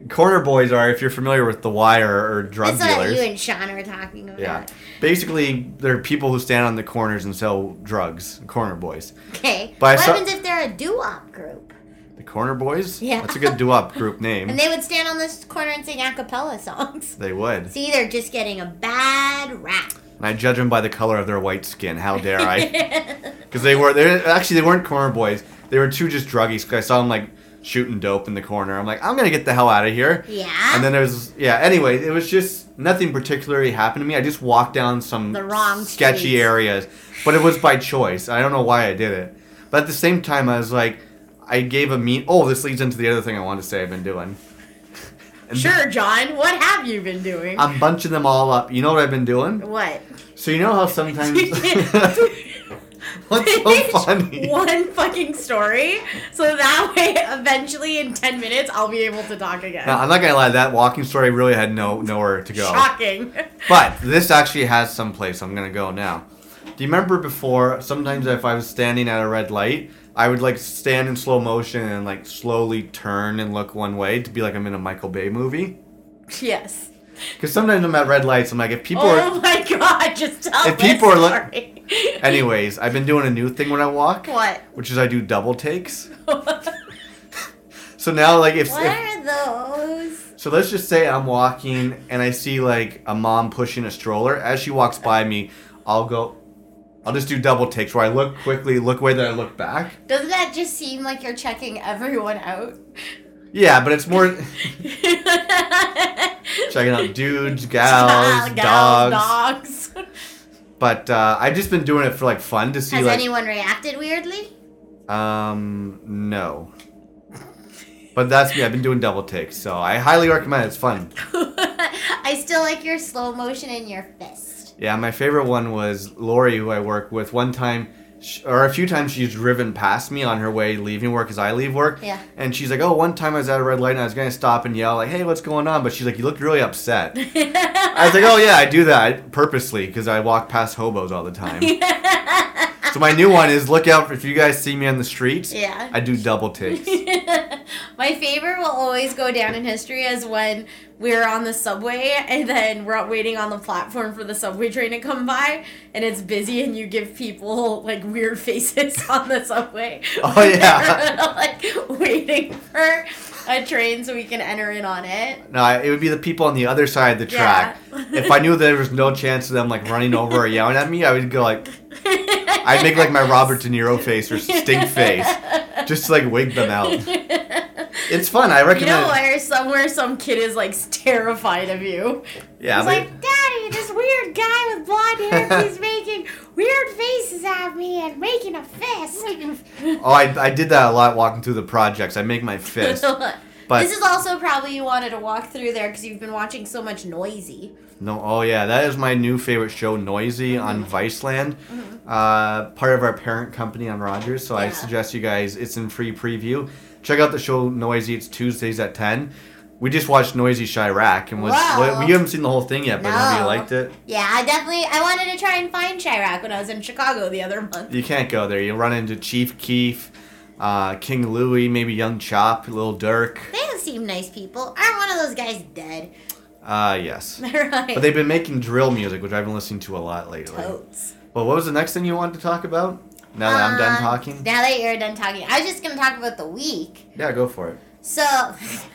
corner boys are if you're familiar with the wire or drug
That's what
dealers.
you and Sean were talking about.
yeah. Basically, they're people who stand on the corners and sell drugs. Corner boys.
Okay.
But I
what
saw-
happens if they're a doo-wop group?
The corner boys.
Yeah.
That's a good doo-wop group name.
<laughs> And they would stand on this corner and sing a cappella songs. <laughs>
they would.
See, they're just getting a bad rap.
And I judge them by the color of their white skin. How dare I?
<laughs>
Because they were they actually they weren't corner boys. They were two just druggies. 'cause I saw them like shooting dope in the corner. I'm like, I'm gonna get the hell out of here.
Yeah.
And then it was yeah. Anyway, it was just nothing particularly happened to me. I just walked down some
The wrong
sketchy
streets.
areas, but it was by choice. I don't know why I did it. But at the same time, I was like, I gave a mean. Oh, this leads into the other thing I wanted to say. I've been doing.
Sure, John. What have you been doing?
I'm bunching them all up. You know what I've been doing?
what?
So you know how
<laughs>
sometimes. What's so funny?
One fucking story. So that way, eventually, in 10 minutes, I'll be able to talk again.
Now, I'm not gonna lie, that walking story really had no nowhere to go.
Shocking. <laughs>
But this actually has some place I'm gonna go now. Do you remember before? Sometimes if I was standing at a red light, I would like stand in slow motion and like slowly turn and look one way to be like I'm in a Michael Bay movie.
yes.
Because sometimes I'm at red lights, I'm like if people are.
Oh my god, just tell
If
this
people are look-
story. <laughs>
Anyways, I've been doing a new thing when I walk,
What?
which is I do double
<laughs>
takes. So now, like if,
What
if
are those?
So let's just say I'm walking and I see like a mom pushing a stroller. As she walks by me, I'll go. I'll just do double takes where I look quickly, look away, then I look back.
Doesn't that just seem like you're checking everyone
<laughs>
out?
Yeah, but it's more <laughs> checking out <laughs> dudes, gals,
Gals,
dogs.
dogs.
But uh, I've just been doing it for like fun to see
Has
like
anyone reacted weirdly?
um no. But that's me. I've been doing double takes, so I highly recommend it. It's fun.
I still like your slow motion and your fist.
Yeah, my favorite one was Lori, who I work with. One time, sh or a few times, she's driven past me on her way leaving work as I leave work.
Yeah.
And she's like, "Oh, one time I was at a red light and I was gonna stop and yell like, hey, what's going on?' But she's like, you looked really
<laughs>
upset. I was like, oh yeah, I do that purposely because I walk past hobos all the
<laughs>
time. so my new one is look out for if you guys see me on the streets.
Yeah.
I do double
<laughs>
takes.
My favorite will always go down in history as when we were on the subway and then we're out waiting on the platform for the subway train to come by and it's busy and you give people like weird <laughs> faces on the
<laughs>
subway. <laughs>
Oh, yeah.
like waiting for a train so we can enter in on it.
No, I- it would be the people on the other side of the track.
Yeah.
if I knew there was no chance of them like running over or yelling at me, I would go like, I'd make like my Robert De Niro face or stink face, just to like wig them out. It's fun. I
You
recommend.
know
it.
where somewhere some kid is like terrified of you.
Yeah,
It's
<laughs>
but
like, Daddy, this weird guy with blonde hair keeps making
weird faces at me and making a fist.
Oh, I, I did that a lot walking through the projects. I make
<laughs>
my
<laughs>
fist. But
this is also probably you wanted to walk through there because you've been watching so much noisy.
No, oh yeah, that is my new favorite show, Noisy,
Mm-hmm.
on Viceland, uh, part of our parent company on Rogers. So I suggest you guys, it's in free preview. Check out the show Noisy. It's Tuesdays at ten. We just watched Noisy Chirac, and was
Wow.
we, we haven't seen the whole thing yet, but nobody
No.
liked it.
Yeah, I definitely I wanted to try and find Chirac when I was in Chicago the other month.
You can't go there. You run into Chief Keef, uh, King Louie, maybe Young Chop, Little Dirk.
They seem nice people. Aren't one of those guys dead? <laughs>
Uh, yes.
right.
But they've been making drill music, which I've been listening to a lot lately.
Totes.
Well, what was the next thing you wanted to talk about? <laughs> Now that I'm done
Um,
talking?
Now that you're done talking, I was just gonna talk about the week.
Yeah, go for it. <laughs>
So, <laughs>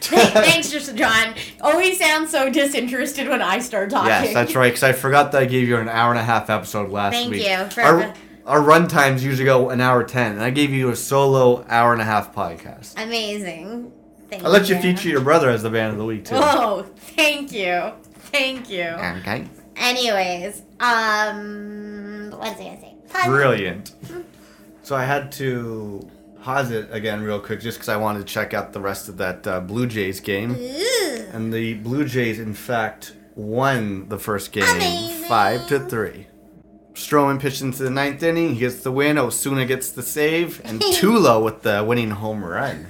thanks, just John. Always sounds so disinterested when I start talking.
Yes, that's right. Because I forgot that I gave you an hour and a half episode last
Thank
week.
you for-
Our, our run times usually go an hour ten, and I gave you a solo hour and a half podcast.
<laughs> Amazing. Thank
I let you feature your brother as the band of the week too.
Oh, thank you, thank you.
Okay.
Anyways, um, what's I gonna say? Pause.
Brilliant. So I had to pause it again real quick just because I wanted to check out the rest of that uh, Blue Jays game. And the Blue Jays, in fact, won the first game five to three. Stroman pitched into the ninth inning. He gets the win. Osuna gets the save,
<laughs>
and Tulo with the winning home run,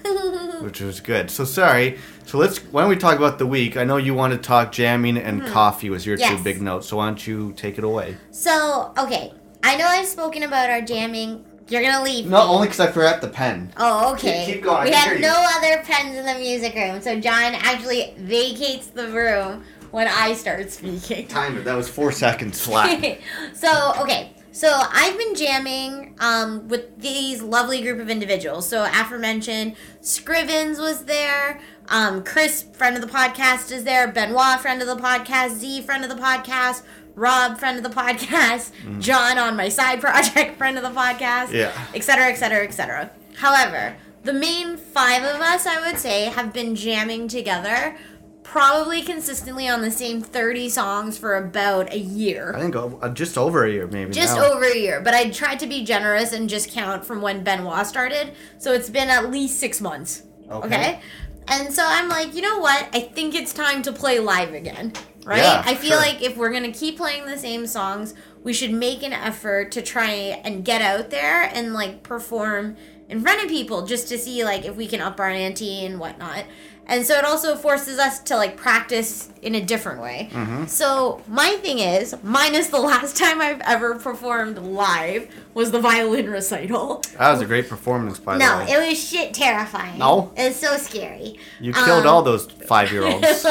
which was good. So sorry. So let's. Why don't we talk about the week? I know you want to talk jamming and coffee was your
Hmm. Yes.
two big notes. So why don't you take it away?
So, okay, I know I've spoken about our jamming. You're gonna leave.
No,
me.
only because I forgot the pen.
Oh, okay.
Keep- keep going, I
We
can
have
hear you.
no other pens in the music room, so John actually vacates the room when I start speaking.
Timer. That was four seconds
<laughs>
flat.
so okay so i've been jamming um, with these lovely group of individuals so aforementioned scrivens was there um, chris friend of the podcast is there benoit friend of the podcast z friend of the podcast rob friend of the podcast john on my side project <laughs> friend of the podcast
Mm-hmm. Yeah.
etc etc etc however the main five of us i would say have been jamming together probably consistently on the same 30 songs for about a year
I think uh, just over a year, maybe.
just
now.
over a year, but I tried to be generous and just count from when Benoit started. So it's been at least six months.
Okay.
Okay. And so I'm like, you know what? I think it's time to play live again. Right?
Yeah,
I feel
sure.
like if we're going to keep playing the same songs, we should make an effort to try and get out there and like perform in front of people just to see like if we can up our ante and whatnot. And so it also forces us to like practice in a different way.
Mm-hmm.
So my thing is, minus the <laughs> last time I've ever performed live was the violin recital.
That was a great performance, by
No,
the way.
it was shit terrifying.
No?
It was so scary. Um,
you killed all those
<laughs>
five-year-olds.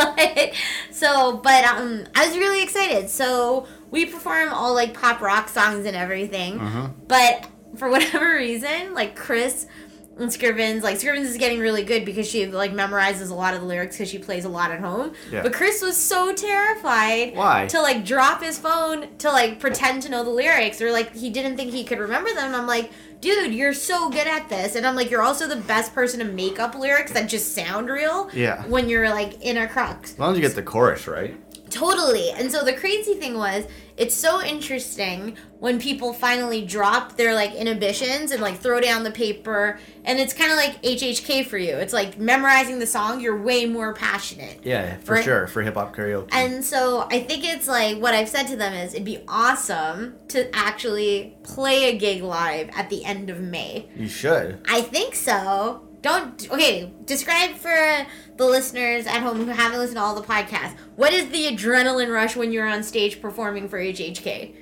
so, but um, I was really excited. So we perform all like pop rock songs and everything.
Mm-hmm.
But for <laughs> whatever reason, like Chris and Scrivens, like Scrivens is getting really good because she like memorizes a lot of the lyrics because she plays a lot at home.
Yeah.
But Chris was so terrified
Why?
to like drop his phone to like pretend to know the lyrics or like he didn't think he could remember them. I'm like, dude, you're so good at this, and I'm like, you're also the best person to make up lyrics that just sound real.
Yeah.
When you're like in a crux.
As long as you get the chorus right.
Totally. And so the crazy thing was, it's so interesting when people finally drop their like inhibitions and like throw down the paper. And it's kind of like HHK for you. It's like memorizing the song, you're way more passionate.
Yeah, for
Right.
sure. For hip hop karaoke.
And so I think it's like what I've said to them is it'd be awesome to actually play a gig live at the end of May.
you should.
I think so. Don't okay. Describe for the listeners at home who haven't listened to all the podcasts. What is the adrenaline rush when you're on stage performing for HHK?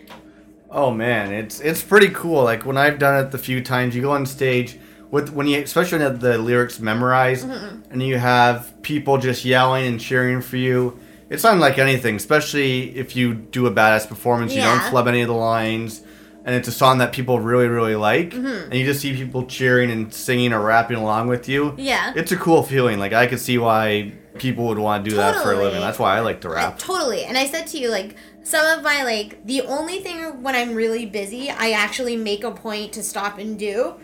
Oh man, it's it's pretty cool. Like when I've done it the few times, you go on stage with when you especially when you have the lyrics memorized,
Mm-hmm,
and you have people just yelling and cheering for you. It's unlike anything, especially if you do a badass performance. You don't
Yeah.
flub any of the lines, and it's a song that people really really like,
Mm-hmm.
and you just see people cheering and singing or rapping along with you.
Yeah.
it's a cool feeling. Like I could see why people would want to do that for a living.
Totally.
That's why I like to
Uh,
rap.
totally. And I said to you, like, some of my, like, the only thing when I'm really busy, I actually make a point to stop and do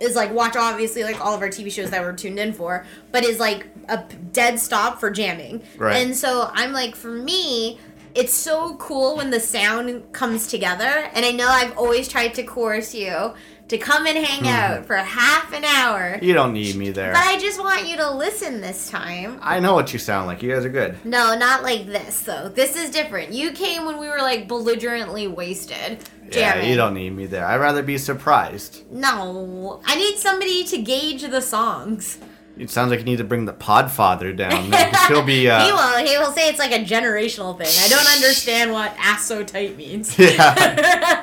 is, like, watch, obviously, like, all of our TV shows that we're tuned in for, but is, like, a p- dead stop for jamming.
Right.
And so I'm like, for me, it's so cool when the sound comes together. And I know I've always tried to coerce you to come and hang out for half an hour.
You don't need me there.
But I just want you to listen this time.
I know what you sound like. You guys are good.
No, not like this though. This is different. You came when we were like belligerently wasted.
Yeah,
Jared.
you don't need me there. I'd rather be surprised.
No. I need somebody to gauge the songs.
It sounds like you need to bring the Podfather down. He'll be. Uh,
<laughs> he will he will say it's like a generational thing. I don't understand what ass so tight
<laughs>
means. <laughs>
Yeah.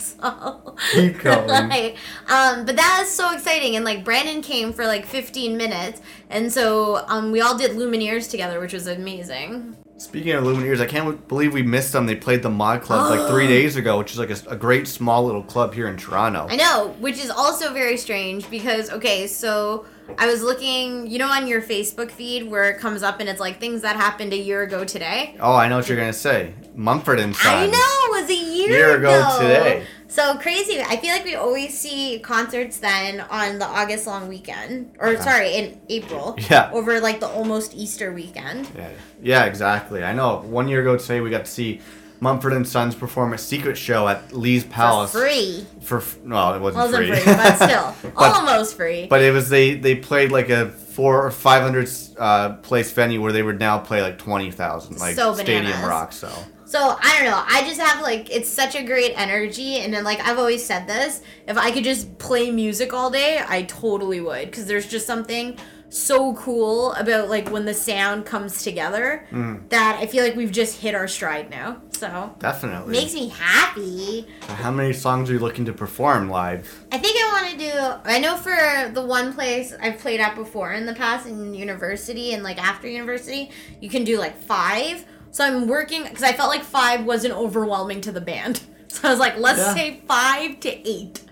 <laughs>
So,
Keep going.
like, um, but that is so exciting. And like Brandon came for like 15 minutes, and so um, we all did Lumineers together, which was amazing.
Speaking of Lumineers, I can't believe we missed them. They played the Mod Club like
<gasps>
three days ago, which is like a, a great small little club here in Toronto.
I know, which is also very strange because okay, so I was looking, you know, on your Facebook feed where it comes up and it's like things that happened a year ago today.
Oh, I know what you're gonna say. Mumford and
I
Sons.
know, it was a year,
Year ago today.
So crazy. I feel like we always see concerts then on the August long weekend, or sorry, in April.
Yeah.
Over like the almost Easter weekend.
Yeah, yeah, exactly. I know. One year ago today, we got to see Mumford and Sons perform a secret show at Lee's
For
Palace
free.
for f- well, it wasn't,
Wasn't
free,
free, but still.
<laughs> But-
almost free.
But it was they they played like a four or five hundred uh, place venue where they would now play like twenty thousand, like
So
Stadium
bananas.
Rock. So
So I don't know. I just have like it's such a great energy, and then like I've always said this: if I could just play music all day, I totally would, because there's just something so cool about like when the sound comes together that I feel like we've just hit our stride now. So
definitely.
makes me happy.
How many songs are you looking to perform live?
I think I want to do. I know for the one place I've played at before in the past in university and like after university, you can do like five. So I'm working because I felt like five wasn't overwhelming to the band. <laughs> So I was like, let's
Yeah.
say five to eight.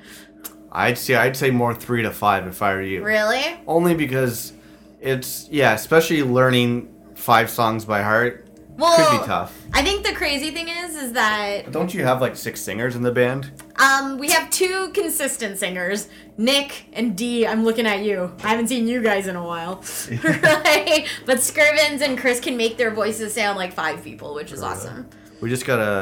I'd say I'd say more three to five if I were you.
Really?
Only because it's yeah, especially learning five songs by heart
Well,
could be tough.
I think the crazy thing is, is that
Don't you have like six singers in the band?
um, we have two consistent singers, Nick and Dee. I'm looking at you. I haven't seen you guys in a
<laughs>
while, <laughs> right? But Scrivens and Chris can make their voices sound like five people, which is awesome.
We just got a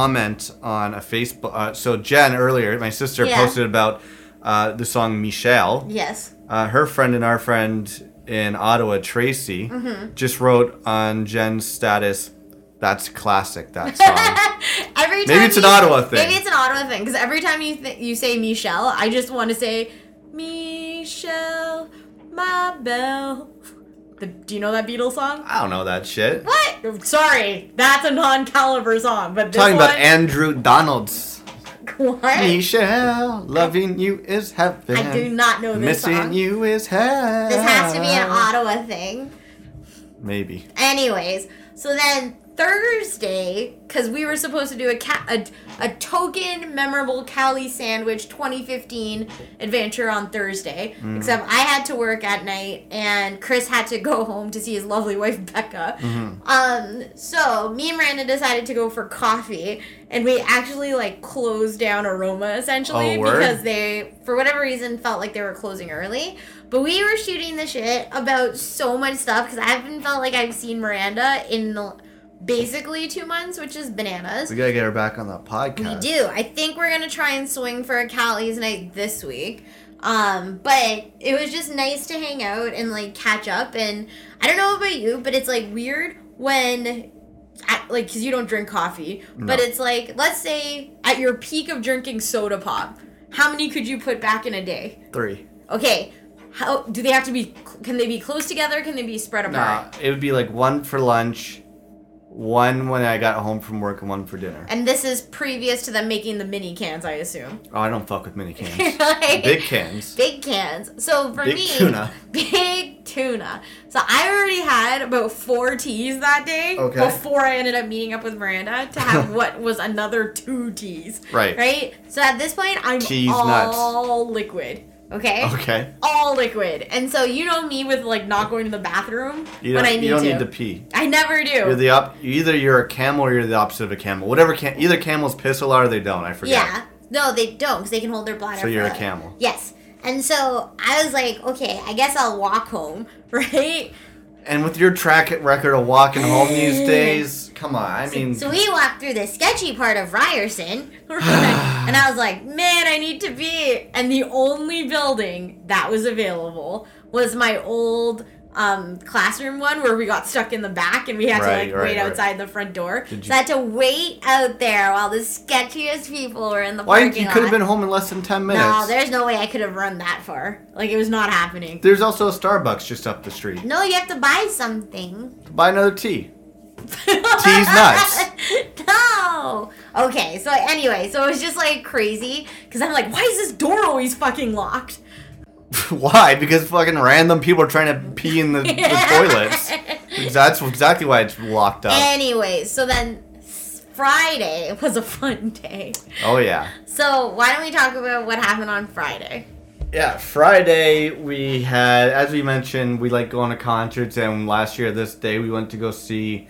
comment on a Facebook. Uh, so Jen earlier, my sister
Yeah.
posted about uh, the song Michelle.
Yes.
Uh, her friend and our friend in Ottawa, Tracy,
Mm-hmm.
just wrote on Jen's status, "That's classic. That
<laughs>
song."
Every time
Maybe it's an
you-
Ottawa thing.
Maybe it's an Ottawa thing because every time you th- you say Michelle, I just want to say Michelle, my belle. The, do you know that Beatles song?
I don't know that shit.
What? Sorry, that's a non-caliber song, but this
Talking
one,
about Andrew Donald's.
<laughs> what?
Michelle, loving you is heaven.
I do not know this
Missing
song.
you is hell.
This has to be an Ottawa thing.
Maybe.
Anyways, so then Thursday, because we were supposed to do a, ca- a a token memorable Cali sandwich 2015 adventure on Thursday.
Mm-hmm.
Except I had to work at night, and Chris had to go home to see his lovely wife Becca.
Mm-hmm.
Um, so me and Miranda decided to go for coffee, and we actually like closed down Aroma essentially
Oh, word?
because they, for whatever reason, felt like they were closing early. But we were shooting the shit about so much stuff because I haven't felt like I've seen Miranda in the, basically two months, which is bananas.
We gotta get her back on the podcast.
We do. I think we're gonna try and swing for a Callie's night this week. Um, but it was just nice to hang out and like catch up. And I don't know about you, but it's like weird when, I, like, cause you don't drink coffee. But it's like, let's say at your peak of drinking soda pop, how many could you put back in a day?
Three.
Okay, how do they have to be? Can they be close together? Can they be spread apart?
Nah, it would be like one for lunch, one when I got home from work, and one for dinner.
And this is previous to them making the mini cans, I assume. <laughs>
Oh, I don't fuck with mini cans.
Like-
Big cans.
Big cans. So for
Big
me,
tuna.
<laughs> big tuna. So I already had about four teas that day
Okay.
before I ended up meeting up with Miranda
<laughs>
to have what was another two teas.
Right.
Right. So at this point, I'm
Teas, nuts.
all liquid. Okay.
Okay.
All liquid. And so you know me with like not going to the bathroom
You
when
don't,
I need
you don't
to.
need to pee.
I never do.
You're the op- either you're a camel or you're the opposite of a camel. Whatever cam- either camels piss a lot or they don't. I forget.
Yeah. No, they don't because they can hold their bladder.
So you're a
for-
camel.
Yes. And so I was like, okay, I guess I'll walk home, <laughs> right?
And with your track record of walking home these
<laughs>
days, come on. I mean,
So we walked through the sketchy part
<sighs>
of Ryerson, and I was like,
man, I need to be. And the only building that was available was my old um, classroom one where we got stuck in the back and we had
Right,
to like
right,
wait
right.
outside the front door.
Did
So I had to wait out there while the sketchiest people were in the
why
parking
you could have
lot.
been home in less than ten minutes?
no, there's no way I could have run that far. Like it was not happening.
There's also a Starbucks just up the street.
no, you have to buy something.
Buy another tea. <laughs> Tea's
<laughs>
nuts.
No.
Okay, so anyway, so it was just like crazy because I'm like, why is this door always fucking locked?
Why? Because fucking random people are trying to pee in the,
<laughs>
the toilets. That's exactly why it's locked up.
Eh.
Anyway, so then s- Friday was a fun day.
Oh yeah.
So why don't we talk about what happened on Friday?
Yeah, Friday we had, as we mentioned, we like going to concerts, and last year this day we went to go see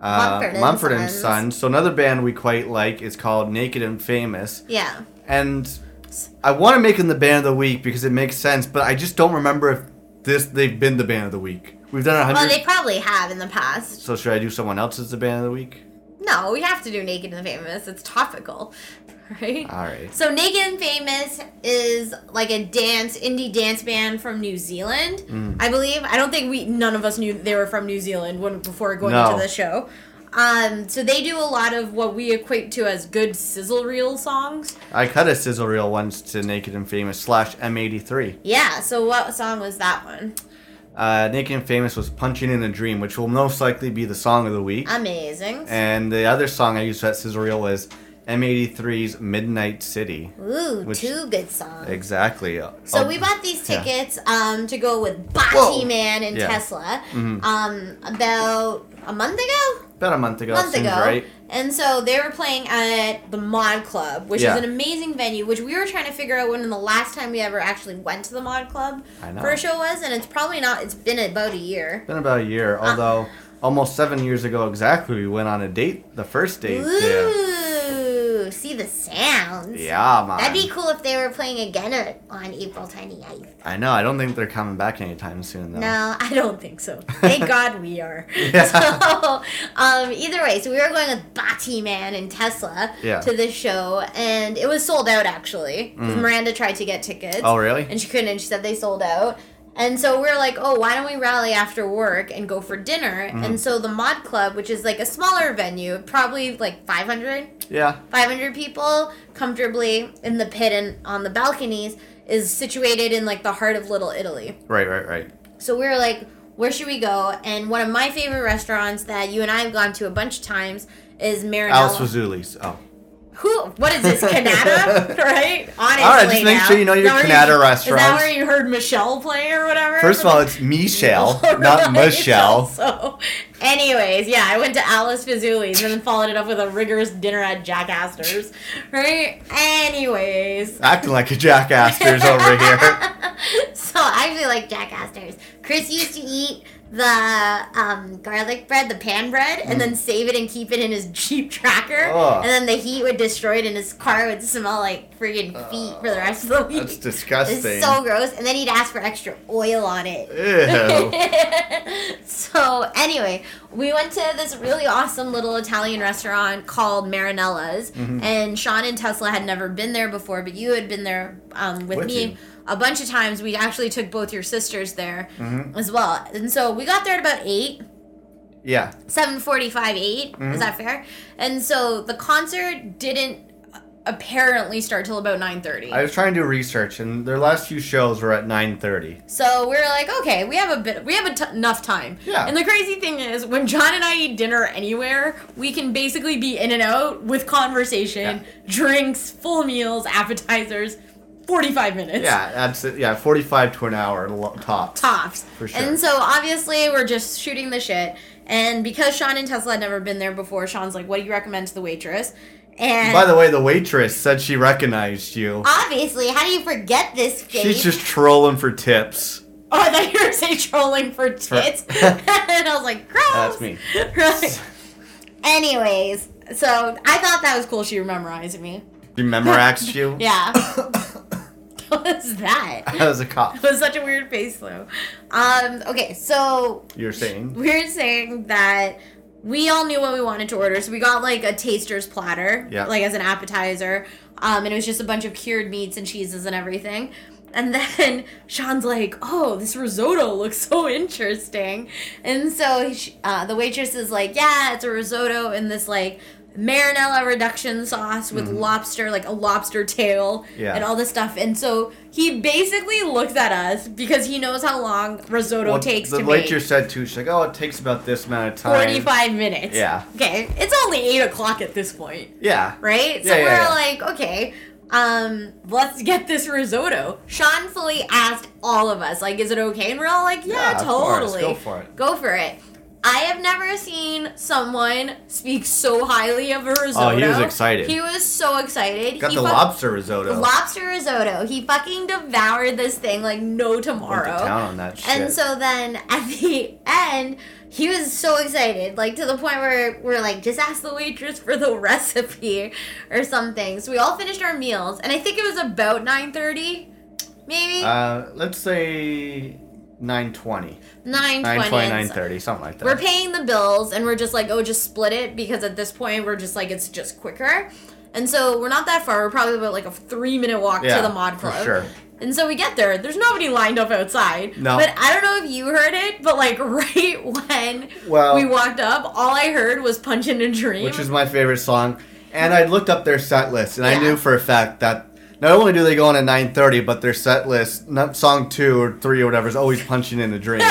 uh,
Mumford and
Mumford and
Sons.
Sons. So another band we quite like is called Naked and Famous,
Yeah.
and I want to make them the band of the week because it makes sense, but I just don't remember if this they've been the band of the week. We've done a
Well,
hundred.
they probably have in the past.
so should I do someone else as the band of the week?
No, we have to do Naked and Famous. It's topical, <laughs> right?
All right.
So Naked and Famous is like a dance indie dance band from New Zealand,
Mm.
I believe. I don't think we none of us knew they were from New Zealand when before going
No.
into the show. Um, so they do a lot of what we equate to as good sizzle reel songs.
I cut a sizzle reel once to Naked and Famous slash M83.
Yeah. So what song was that one?
Uh, Naked and Famous was Punching in a Dream, which will most likely be the song of the week.
Amazing.
And the other song I used for that sizzle reel was M83's Midnight City.
Ooh,
Which-
two good songs.
Exactly.
So we bought these
Oh, yeah.
tickets um, to go with Bati
Whoa.
Man and
Yeah. Mm-hmm.
Tesla um, about a month ago.
about a month ago.
month
seems
ago.
right.
And so they were playing at the Mod Club, which
Yeah.
is an amazing venue, which we were trying to figure out when the last time we ever actually went to the Mod Club
I know.
for a show was, and it's probably not. It's been about a year.
Been about a year,
Uh,
although almost seven years ago exactly, we went on a date, the first date. there.
Ooh, see the sounds.
Yeah, man.
That'd be cool if they were playing again uh, on April 28th.
I know. I don't think they're coming back anytime soon, though.
No, <laughs> I don't think so.
<laughs>
Thank God we are. <laughs> So, um, either way, so we were going with Bati Man and Tesla
Yeah.
to this show, and it was sold out actually. 'cause Miranda tried to get tickets.
Mm. Oh, really?
And she couldn't, and she said they sold out. And so we are like, oh, why don't we rally after work and go for dinner?
Mm.
And so the Mod Club, which is like a smaller venue, probably like 500,
yeah.
500 people comfortably in the pit and on the balconies, is situated in like the heart of Little Italy.
Right, right, right.
So we were like, where should we go? And one of my favorite restaurants that you and I have gone to a bunch of times is
Alice
Marinella.
Wazuli's. Oh.
Who? What is this,
<laughs>
Canada? right? Honestly,
All right, just make sure you know
now.
your
Is that where
Canada
you- Is that
restaurants.
where you heard Michelle play or whatever?
First
<laughs>
of all, it's Michelle, not
Right,
Michelle.
<laughs> So, anyways, yeah, I went to Alice Fizzuli's and then followed it up with a rigorous dinner at Jack Astor's. Right? Anyways,
Acting like a jackass over
<laughs>
here.
so I actually like Jack Astor's. Chris used to eat the um, garlic bread, the pan bread, and then save it and keep it in his <laughs> Jeep tracker.
Mm. Ugh.
And then the heat would destroy it, and his car would smell like friggin' feet for the rest of the week.
That's disgusting.
It's so gross. And then he'd ask for extra oil on it. <laughs>
Ew.
So anyway, we went to this really awesome little Italian restaurant called Marinella's,
Mm-hmm.
and Sean and Tesla had never been there before, but you had been there um, with,
With
me.
you.
A bunch of times we actually took both your sisters there
Mm-hmm.
as well, and so we got there at about eight,
yeah.
seven forty-five, eight.
Mm-hmm.
Is that fair? And so the concert didn't apparently start till about nine thirty.
I was trying to do research, and their last few shows were at 9:30.
So we are like, okay, we have a bit, we have a t- enough time.
Yeah.
And the crazy thing is, when John and I eat dinner anywhere, we can basically be in and out with conversation, drinks, full meals, appetizers, forty-five minutes.
Yeah, absolutely. Yeah, 45 to an hour lo- tops.
Tops.
For sure.
And so obviously we're just shooting the shit. And because Sean and Tesla had never been there before, Sean's like, "What do you recommend to the waitress?" And
By the way, the waitress said she recognized you.
obviously, how do you forget this face?
She's just trolling for tips.
oh, I thought you were saying trolling for tits, <laughs> and I was like, "Gross."
That's me.
<laughs> right. Anyways, so <laughs> I thought that was cool. She memorized me.
<coughs> She memoraxed you.
Yeah. was that?
That was a cop.
It was such a weird face though. Um, okay, so
You're saying
we we're saying that we all knew what we wanted to order, so we got like a taster's platter,
Yeah.
like as an appetizer, um, and it was just a bunch of cured meats and cheeses and everything. And then <laughs> Sean's like, "Oh, this risotto looks so interesting," and so he sh- uh, the waitress is like, "Yeah, it's a risotto in this like." Marinella reduction sauce with lobster, like a lobster tail,
Mm-hmm. Yeah.
and all this stuff. And so he basically looks at us because he knows how long risotto
Well,
takes
the
to make.
waitress said too. She's like, oh, it takes about this amount of time.
45 minutes.
Yeah.
Okay. It's only 8 o'clock at this point,
Yeah.
right? So
Yeah, yeah, yeah.
we're like, okay, um, let's get this risotto. Sean fully asked all of us, like, is it okay? And we're all like, yeah,
Yeah, of course.
totally.
Go for it.
Go for it. I have never seen someone speak so highly of a risotto.
Oh, was excited.
He was so excited.
Got
he
the
fuck-
lobster risotto.
Lobster risotto. He fucking devoured this thing like no
Went to
tomorrow.
town on that shit.
And so then <laughs> at the end, he was so excited, like to the point where we're like, just ask the waitress for the <laughs> recipe or something. So we all finished our meals, and I think it was about nine thirty, maybe
uh, let's say 920.
nine
920,
twenty.
930, something like that.
We're paying the bills, and we're just like, oh, just split it because at this point we're just like, it's just quicker. And so we're not that far. We're probably about like a three minute walk
Yeah,
to the mod
for
club.
sure.
And so we get there. There's nobody lined up outside.
No.
But I don't know if you heard it, but like <laughs> right when
Well-
we walked up, all I heard was "Punch in a Dream."
which is my favorite song. And I looked up their set list, and I
Yeah.
knew for a fact that not only do they go on at nine thirty, but their set list, not song two or three or whatever, is always punching in the dream.
<laughs>
so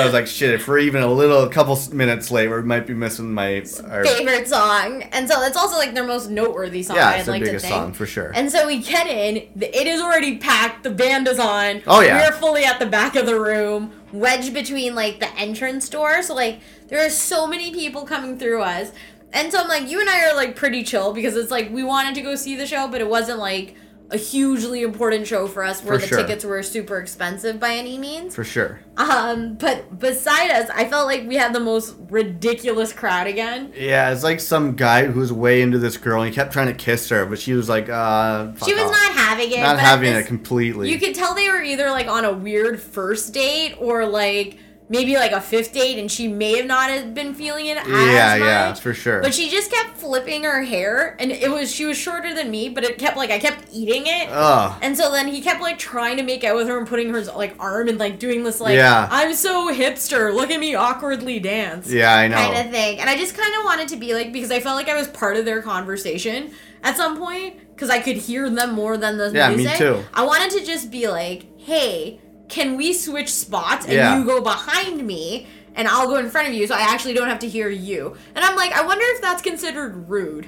I was like, shit, if we're even a little, a couple s- minutes late, we might be missing my our,
favorite song, and so it's also like their most noteworthy song.
yeah,
I'd
it's their
like to
biggest
think.
song for sure.
And so we get in. the- It is already packed. The band is on.
Oh, yeah.
We're fully at the back of the room, wedged between like the entrance door. So like there are so many people coming through us. And so I'm like, you and I are like pretty chill because it's like we wanted to go see the show, but it wasn't like a hugely important show for us where
For
the
sure.
tickets were super expensive by any means.
for sure.
Um, but beside us, I felt like we had the most ridiculous crowd again.
Yeah, it's like some guy who's way into this girl, and he kept trying to kiss her, but she was like, uh, fuck
She was
off.
not having it.
Not
but at
having
this-
it completely.
You could tell they were either like on a weird first date or like maybe like a fifth date, and she may have not have been feeling it.
yeah,
as much.
yeah, for sure.
But she just kept flipping her hair, and it was she was shorter than me, but it kept like I kept eating it.
Ugh.
and so then he kept like trying to make out with her and putting her like arm and like doing this like
Yeah.
I'm so hipster, look at me awkwardly dance
Yeah, I know.
kind of thing. And I just kind of wanted to be like because I felt like I was part of their conversation at some point because I could hear them more than the
Yeah, me
music.
too.
I wanted to just be like, "Hey, can we switch spots and
Yeah.
you go behind me?" And I'll go in front of you, so I actually don't have to hear you. And I'm like, I wonder if that's considered rude.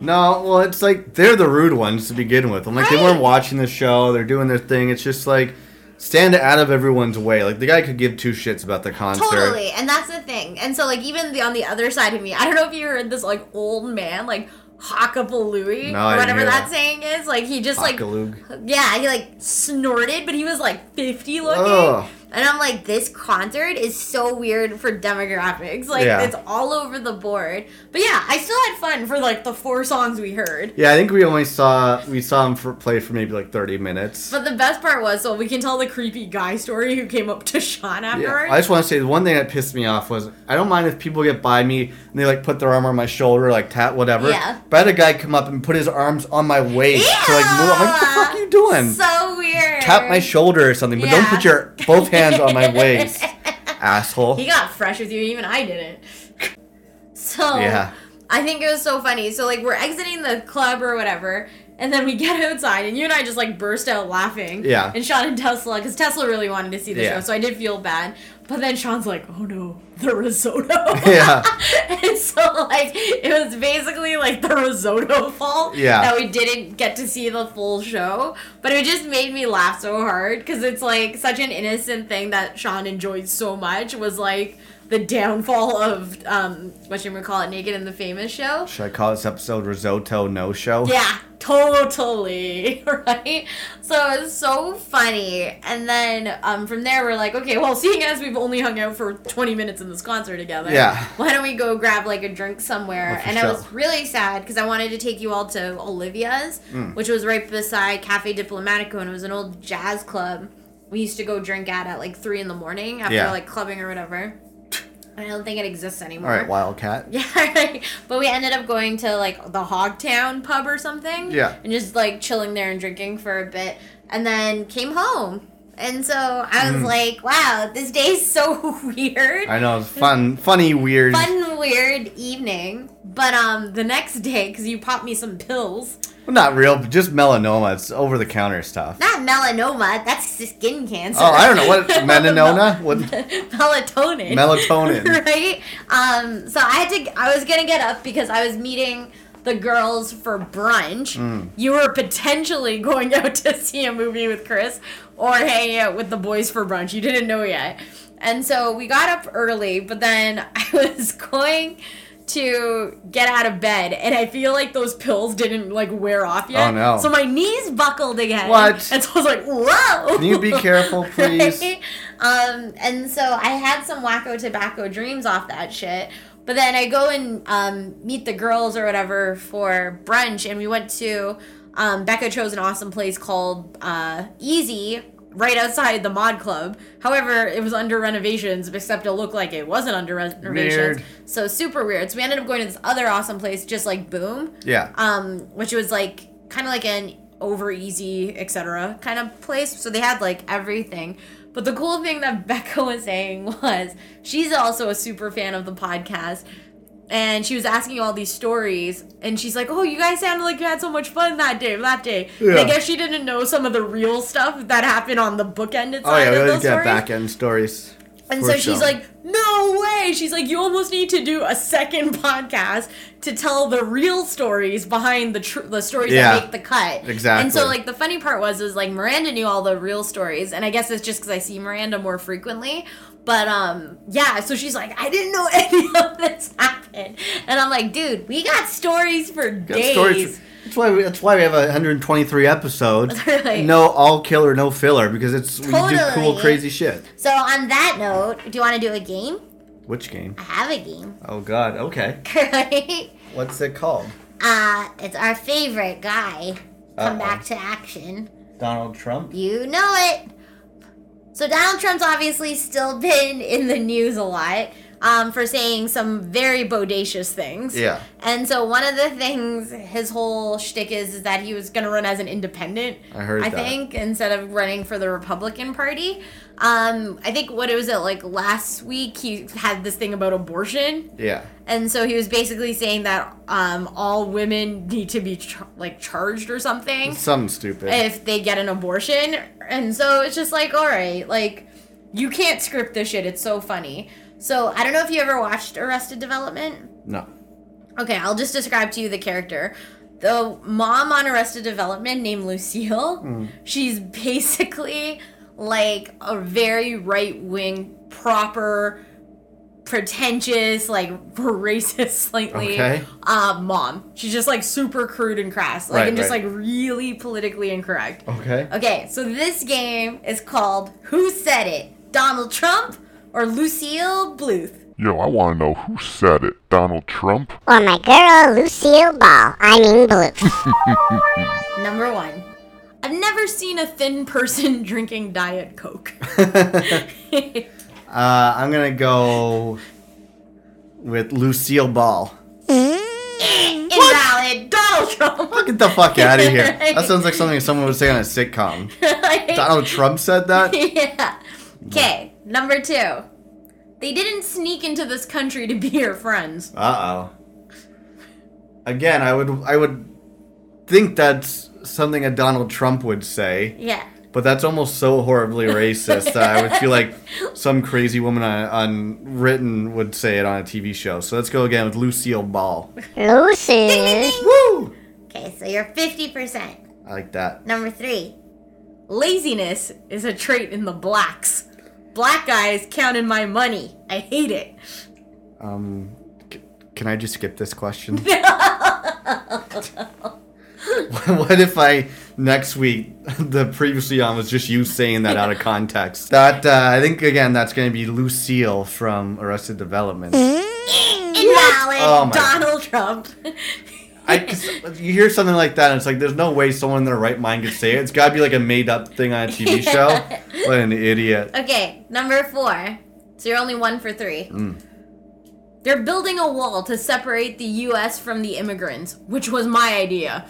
No, well, it's like they're the rude ones to begin with. I'm like, they
Right.
weren't watching the show, they're doing their thing. It's just like, stand out of everyone's way. Like, the guy could give two shits about the concert.
Totally, and that's the thing. And so, like, even the, on the other side of me, I don't know if you heard this, like, old man, like, Hockabalooey,
No, I
or
didn't
whatever
hear
that,
that.
saying is. Like, he just, like,
Cock-a-loog.
Yeah, he like snorted, but he was like 50 looking.
Ugh.
And I'm like, this concert is so weird for demographics. Like,
Yeah.
it's all over the board. But yeah, I still had fun for like the four songs we heard.
Yeah, I think we only saw we saw him for, play for maybe like 30 minutes.
But the best part was, so we can tell the creepy guy story who came up to Sean
Yeah.
afterwards.
I just want to say the one thing that pissed me off was I don't mind if people get by me and they like put their arm on my shoulder, like tap whatever.
Yeah.
But I had a guy come up and put his arms on my waist to like move. I'm like, what the fuck are you doing?
so weird.
tap my shoulder or something, but don't
Yeah.
put your both hands on my
<laughs>
waist, asshole. <laughs>
He got fresh with you, even I didn't. <laughs> So
Yeah.
I think it was so funny. So like we're exiting the club or whatever, and then we get <laughs> outside, and you and I just like burst out laughing.
Yeah.
And Sean and Tesla, because Tesla really wanted to see the
Yeah.
show, so I did feel bad. But then Sean's like, "Oh no, the risotto."
<laughs> Yeah.
<laughs> and so like it was basically like the risotto fault
Yeah.
that we didn't get to see the full show but it just made me laugh so hard because it's like such an innocent thing that sean enjoyed so much was like the downfall of um, what you call it, Naked and the Famous show.
Should I call this episode Risotto No Show?
Yeah, totally. <laughs> Right? So it's so funny. And then um, from there, we're like, okay, well, seeing as we've only hung out for 20 minutes in this concert together,
Yeah.
why don't we go grab like a drink somewhere?
Oh, for
and I
sure.
was really sad because I wanted to take you all to Olivia's,
Mm.
which was right beside Cafe Diplomatico, and it was an old jazz club. We used to go drink at at like three in the morning after
Yeah.
like clubbing or
<laughs>
whatever. I don't think it exists anymore.
All right, Wildcat.
Yeah, <laughs> right. But we ended up going to like the Hogtown pub or something.
Yeah.
And just like chilling there and drinking for a bit and then came home. And so I was like, wow, this day's so <laughs>
Mm.
weird.
I know, it's fun, funny, weird.
Fun, weird evening. But um, the next day, because you popped me some pills.
Well, not real, but just melanoma. It's over the counter stuff.
Not melanoma, that's skin cancer.
Oh, I don't know what melanoma. What
<laughs> melatonin. <laughs>
melatonin?
right? Um, so I had to. I was gonna get up because I was meeting the girls for brunch.
Mm.
You were potentially going <laughs> out to see a movie with Chris or hanging out with the boys for brunch. You didn't know yet, and so we got up early. But then <laughs> I was going to get out of bed, and I feel like those pills didn't like wear off yet.
Oh, no.
So my knees buckled again.
What?
And so I was like, whoa.
Can you be careful, please?
<laughs> Right? Um, and so I had some wacko tobacco dreams off that shit. But then I go and um, meet the girls or whatever for brunch, and we went to um, Becca chose an awesome place called uh, Easy right outside the mod club. However, it was under renovations, except it looked like it wasn't under renovations.
Weird.
So super weird. So we ended up going to this other awesome place, just like Boom
Yeah.
um, which was like kind of like an over easy, etc. kind of place. So they had like everything. But the cool thing that <laughs> Becca was saying was she's also a super fan of the podcast. And she was asking all these stories, and she's like, "Oh, you guys sounded like you had so much fun that day, that day." And I
Yeah.
guess she didn't know some of the real stuff that happened on the bookended side
Oh yeah, we
of
always
those
get
stories.
back end stories.
And
For
so she's
sure.
like, no way. She's like, you almost need to do a second <laughs> podcast to tell the real stories behind the tr- the stories
Yeah.
that make the cut. And
Exactly.
so like the funny part was is like Miranda knew all the real stories, and I guess it's just because I see Miranda more frequently. But um, yeah. So she's like, I didn't know <laughs> any of this happened, and I'm like, dude, we got stories for
Got
days.
stories. That's why we, that's why we have a 123 episodes.
<laughs> Right.
No all killer, no filler because it's we do cool,
Totally.
crazy shit.
So on that note, do you want to do a game?
Which game?
I have a
<laughs>
game.
Oh God. Okay.
Right?
What's it called?
Uh, it's our favorite guy. Come back to action.
Donald Trump.
You know it.
So Donald Trump's obviously still <laughs> been in the news a lot um, for saying some very bodacious things.
Yeah.
And so one of the things his whole shtick is is that he was going to run as an independent.
I heard
I
that.
think instead of running for the Republican Party. Um, I think what was it like last week? He had this thing about abortion,
Yeah.
and so he was basically saying that um, all women need to be ch- like charged or something
Something stupid.
if they get an abortion. And so it's just like, all right, like you can't script this shit. It's so funny. So I don't know if you ever watched Arrested Development.
no.
Okay, I'll just describe to you the character. The mom on Arrested Development named Lucille,
Mm.
she's basically like a very right wing, proper, pretentious, like <laughs> racist slightly
Okay.
uh, mom. She's just like super crude and crass, like
Right,
and just
right. Oh.
like really politically incorrect.
Okay.
Okay, so this game is called Who Said It? Donald Trump or Lucille Bluth?
Yo, I want to know who said it, Donald Trump?
Or my girl Lucille Ball, I mean Blue.
Number one, I've never seen a thin person <laughs> drinking Diet Coke.
Uh, I'm gonna go with Lucille Ball.
Invalid. Donald <laughs> Trump.
Get the fuck out of here. That sounds like something someone would say on a sitcom. Donald Trump said that?
<laughs> yeah. Okay, number two. They didn't sneak into this country to be your friends.
Uh oh. Again, I would I would think that's something a Donald Trump would say,
Yeah.
but that's almost so horribly racist that I would feel like some crazy woman on, on written would say it on a TV show. So let's go again with Lucille Ball.
Lucy.
Woo!
Okay, so you're 50%.
I like that.
Number three.
Laziness is a trait in the blacks. black guy is counting my money. I hate it.
Um, c- can I just skip this question? <laughs> what if I next week <laughs> the previously on was just you saying that out of context? That uh, I think again that's going to be Lucille from Arrested Development.
Invalid.
Oh my-
Donald Trump.
I just, you hear something like that and it's like there's no way someone in their right mind could say it. It's got to be like a made up thing on a TV show. What an idiot!
okay, number four. So you're only one for three. They're building a wall to separate the U.S. from the immigrants, which was my idea.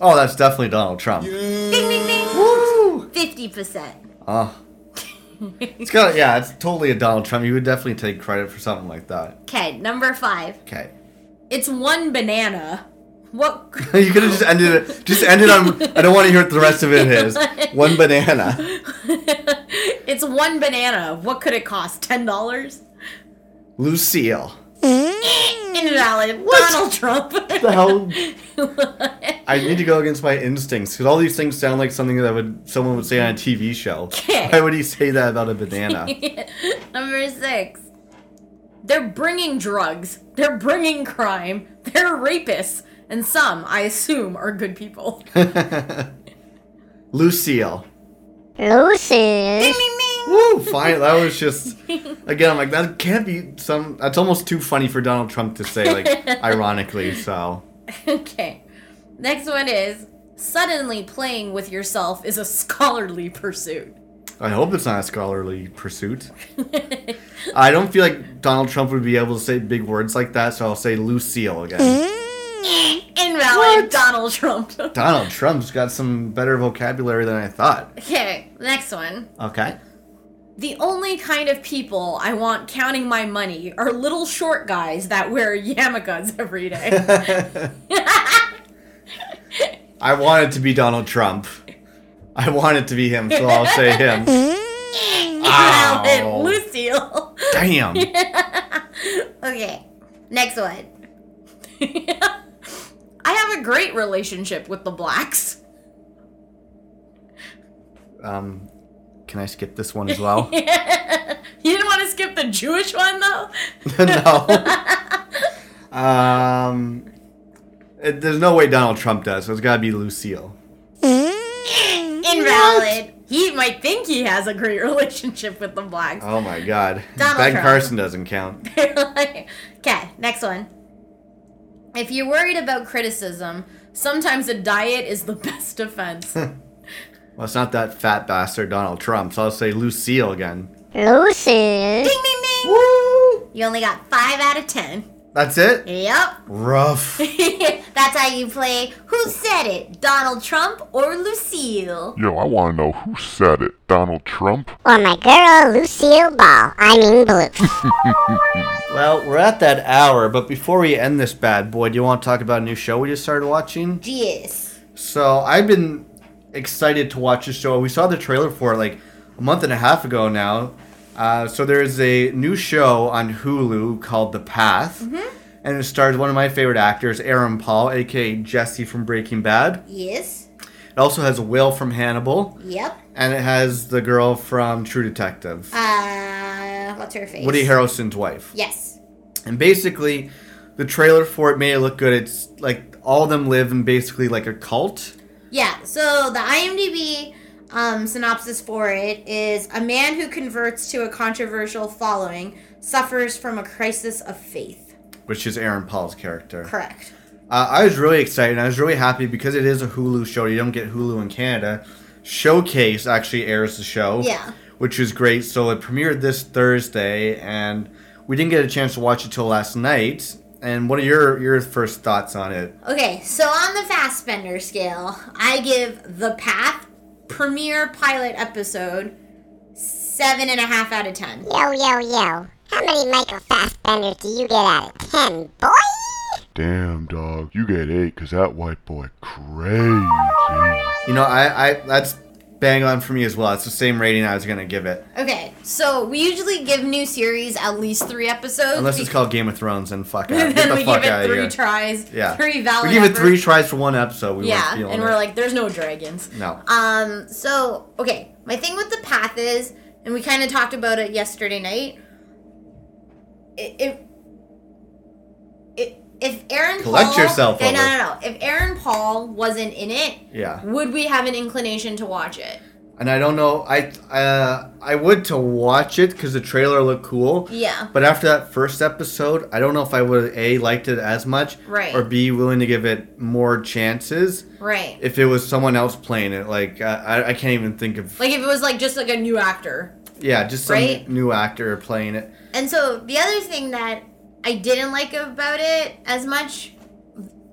Oh, that's definitely Donald Trump.
Ding ding ding.
Woo!
Fifty percent.
Oh. It's got yeah, it's totally a Donald Trump. You would definitely take credit for something like that.
Okay, number five.
Okay. <laughs>
It's one banana. What?
You could have just ended it. Just ended on. I don't want to hear what the rest of it is. One banana.
<laughs> it's one banana. What could it cost? Ten dollars?
Lucille.
Invalid. Donald Trump. <laughs>
The hell? I need to go against my instincts because all these things sound like something that would someone would say on a TV show.
Okay.
Why would he say that about a banana?
Number six. They're bringing drugs. They're bringing crime. They're rapists. And some, I assume, are good people. <laughs>
Lucille.
Lucille.
Woo! Fine. That was just. Again, I'm like that can't be some. That's almost too funny for Donald Trump to say. Like ironically, so.
<laughs> okay. Next one is suddenly playing with yourself is a scholarly pursuit.
I hope it's not a scholarly pursuit. I don't feel like Donald Trump would be able to say big words like that, so I'll say Lucille again.
Invalid. Donald Trump. <laughs>
Donald Trump's got some better vocabulary than I thought.
okay. Next one.
Okay.
The only kind of people I want counting my money are little short guys that wear <laughs> yarmulkes every day. <laughs>
I want it to be Donald Trump. I want it to be him, so I'll say him.
Invalid.
Ow.
Lucille. <laughs>
Damn.
Okay, next one.
<laughs> I have a great relationship with the blacks. <laughs>
Um, can I skip this one as well?
You didn't want to skip the Jewish one though?
no. Um, it, there's no way Donald Trump does, so it's gotta be Lucille.
Invalid. He might think he has a great <laughs> relationship with the blacks. <laughs>
Oh my god.
Donald
ben
Trump.
Carson doesn't count.
okay, next one. If you're worried about criticism, sometimes a diet is the <laughs> best defense.
Well, it's not that fat bastard Donald Trump, so I'll say Lucille again.
Lucille.
Woo!
you only got five out of ten.
That's it?
Yep. <laughs>
Rough.
That's how you play Who Said It? Donald Trump or Lucille?
Yo, I want to know who said it. Donald Trump?
Or my girl Lucille Ball. I mean Blue.
Well, we're at that hour, but before we end this bad boy, do you want to talk about a new show we just started watching?
Yes.
So I've been excited to watch this show. We saw the trailer for it like a month and a half ago now. Uh, so there is a new show on Hulu called The Path,
Mm-hmm.
and it stars one of my favorite actors, Aaron Paul, aka Jesse from Breaking Bad.
Yes.
It also has Will from Hannibal,
Yep.
and it has the girl from True Detective,
Uh, what's her face?
Woody Harrelson's wife.
Yes.
And basically, the trailer for it made it look good. It's like all of them live in basically like a cult.
Yeah, so the IMDb um, synopsis for it is a man who converts to a controversial following suffers from a crisis of faith.
Which is Aaron Paul's character.
Correct.
Uh, I was really excited. and I was really happy because it is a Hulu show. You don't get Hulu in Canada. Showcase actually airs the show.
Yeah.
Which is great. So it premiered this Thursday, and we didn't get a chance to watch it till last night. And what are your your first thoughts on it?
Okay, so on the Fastbender scale, I give The Path premiere pilot episode seven and a half out of ten.
Yo, yo, yo. How many Michael Fassbenders do you get out of 10, boy?
Damn, dog. You get eight because that white boy crazy.
You know, I, I that's bang on for me as well. It's the same rating I was gonna give it,
Okay,
So we usually give new series at least three episodes.
unless it's called Game of Thrones. And
<laughs>
<laughs>
fuck out,
and
get
then
the
we
fuck
give
out
it
of
three
here.
tries.
Yeah,
Three valid.
We give it
efforts.
three tries for one episode. We
Yeah,
weren't feeling
and
it.
we're like, there's no dragons.
no.
um, so okay, my thing with The Path is
and we kind of talked about it yesterday night. It, it, it if Aaron
Collect
Paul, eh,
yourself,
No, no,
Olive.
no, no. If Aaron Paul wasn't in it,
Yeah.
would we have an inclination to watch it?
And I don't know. I uh, I would to watch it because the trailer looked cool.
Yeah.
But after that first episode, I don't know if I would a liked it as much,
Right.
Or b willing to give it more chances
Right.
if it was someone else playing it. Like I, I- I can't even think of
Like if it was like just like a new actor.
yeah, just some
Right?
new actor playing it.
And so the other thing that I didn't like about it as much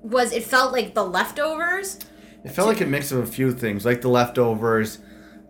was it felt like the leftovers.
It felt like a mix of a few things, like the leftovers,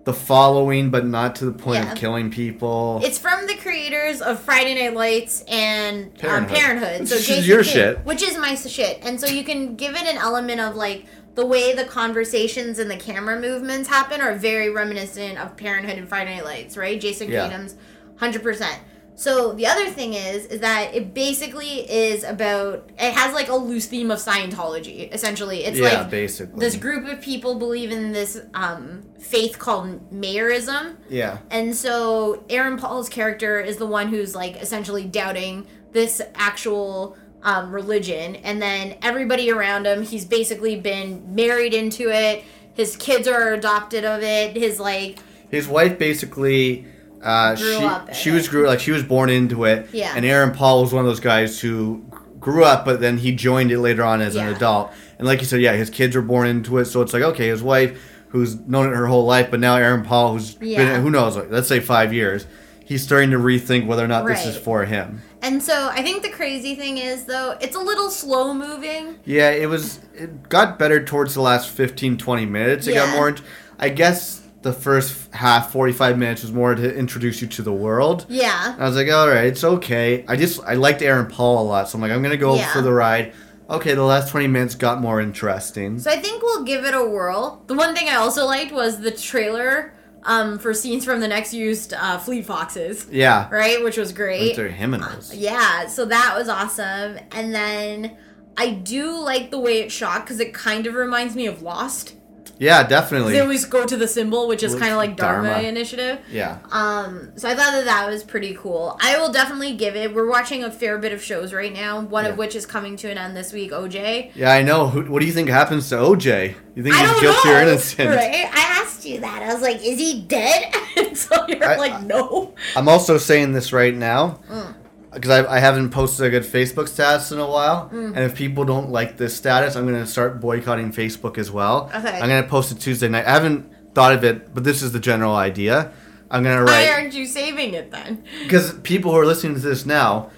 the following, but not to the point
Yeah.
of killing people.
It's from the creators of Friday Night Lights and um, Parenthood.
Parenthood.
So
Which is
Jason
your
King,
shit.
which is my s- shit. And so you can give it an element of like the way the conversations and the camera movements happen are very reminiscent of Parenthood and Friday Night Lights, right? Jason
Yeah.
Tatum's, hundred percent. So the other thing is, is that it basically is about it has like a loose theme of Scientology. Essentially, it's
yeah,
like
basically.
this group of people believe in this um, faith called Mayerism.
yeah.
And so Aaron Paul's character is the one who's like essentially doubting this actual um, religion. And then everybody around him, he's basically been married into it. His kids are adopted of it. His like,
His wife basically uh,
Grew
she
up in
she was grew like she was born into it.
Yeah.
And Aaron Paul was one of those guys who grew up, but then he joined it later on as
Yeah.
an adult. And like you said, yeah, his kids were born into it, so it's like okay, his wife who's known it her whole life, but now Aaron Paul who's
Yeah.
been who knows, like, let's say five years, he's starting to rethink whether or not this is
Right.
for him.
and so I think the crazy thing is though, it's a little slow moving.
Yeah, it was. It got better towards the last 15, 20 minutes. It
Yeah.
got more. int- I guess the first half, 45 minutes, was more to introduce you to the world.
Yeah.
I was like, all right, it's okay. I just. I liked Aaron Paul a lot, so I'm like, I'm going to go
Yeah.
for the ride. Okay, the last 20 minutes got more interesting.
So I think we'll give it a whirl. The one thing I also liked was the trailer um, for scenes from the next used uh, Fleet Foxes,
yeah.
right? Which was great.
With their hymnals.
Yeah, so that was awesome. And then I do like the way it shot because it kind of reminds me of Lost.
Yeah, definitely.
They always go to the symbol, which is
Which-
kind of like Dharma,
Dharma.
Initiative.
yeah.
Um, so I thought that that was pretty cool. I will definitely give it. We're watching a fair bit of shows right now, one of
Yeah.
which is coming to an end this week. OJ.
Yeah, I know. Who, what do you think happens to OJ? You think
I
he's
don't
guilty
know.
or innocent?
Right? I asked you that. I was like, "Is he dead?" <laughs> and so you're
I-
like, "No."
I'm also saying this right now
Mm.
because I, I haven't posted a good Facebook status in a while.
Mm.
And if people don't like this status, I'm going to start boycotting Facebook as well.
Okay.
I'm going to post it Tuesday night. I haven't thought of it, but this is the general idea. I'm going to
Why
write
aren't you saving it then?
because people who are listening to this now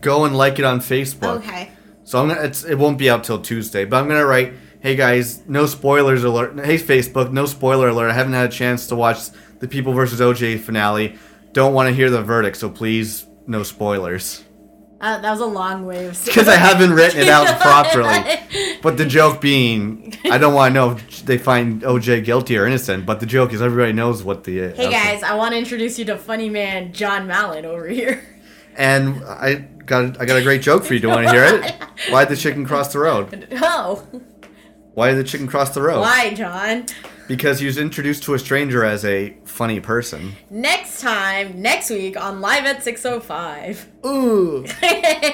go and like it on Facebook.
Okay.
So I'm gonna, it's, it won't be out till Tuesday, but I'm gonna write, hey guys, no spoilers alert. Hey Facebook, no spoiler alert. I haven't had a chance to watch the People versus OJ finale. Don't want to hear the verdict, so please no spoilers. <laughs>
Uh, that was a long way of saying.
Because I haven't written it out
<laughs>
properly. But the joke being, I don't want to know if they find OJ guilty or innocent. But the joke is, everybody knows what the.
Hey guys, I want to introduce you to funny man John Mallon over here. <laughs>
And I got I got a great joke for you. Do you want to hear
<laughs>
it? Why did the chicken cross the road?
Oh,
Why did the chicken cross the road?
why, John?
Because he was introduced to a stranger as a funny person.
Next time, next week on Live at 605. <laughs>
Ooh.
so,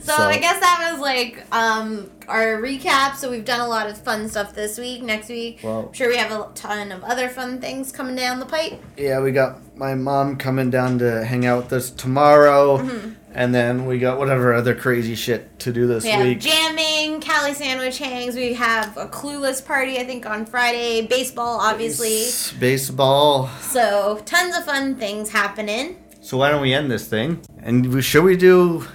So-
I guess that was like um our recap. So we've done a lot of fun stuff this week. Next week,
Wow.
I'm sure we have a ton of other fun things coming down the pipe.
Yeah, we got my mom coming down to hang out with us tomorrow.
Mm-hmm.
And then we got whatever other crazy shit to do this
We have
week.
jamming, Cali sandwich hangs. We have a clueless party, I think, on Friday. Baseball, obviously.
It's Baseball.
So tons of fun things happening.
So why don't we end this thing? And we, should we do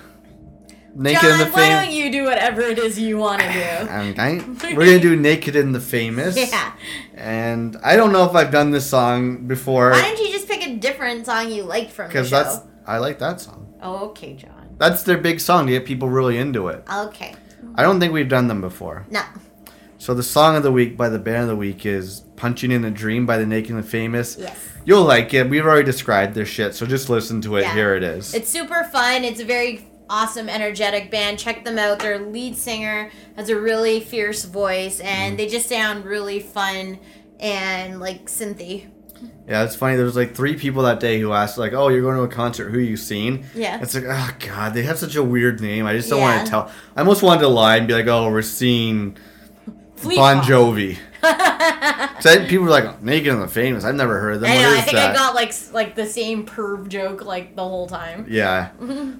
Naked
John,
and the
why don't
Famous?
you do whatever it is you want to <laughs> do?
We're gonna do Naked and the Famous.
yeah.
And I don't know if I've done this song before
Why don't you just pick a different song you like from the
because
show?
that's I like that song.
Oh, okay, John.
That's their big song to get people really into it.
Okay.
I don't think we've done them before.
No.
So the song of the week by the band of the week is "Punching in a Dream" by the Naked and the Famous.
Yes.
You'll like it. We've already described their shit, so just listen to it.
Yeah.
Here it is.
It's super fun. It's a very awesome, energetic band. Check them out. Their lead singer has a really
Mm-hmm.
fierce voice, and they just sound really fun and like synthy.
Yeah, it's funny. There was like three people that day who asked, like, "Oh, you're going to a concert? Who you seen?"
Yeah.
It's like, oh god, they have such a weird name. I just don't want
Yeah.
to tell. I almost wanted to lie and be like, "Oh, we're seeing
Fleet
Bon
Fox.
Jovi." 'Cause I- people were like, "Naked and the Famous." I've never heard of them.
I
What
know. I
is
think I
that?
got like s- like the same perv joke like the whole time.
Yeah.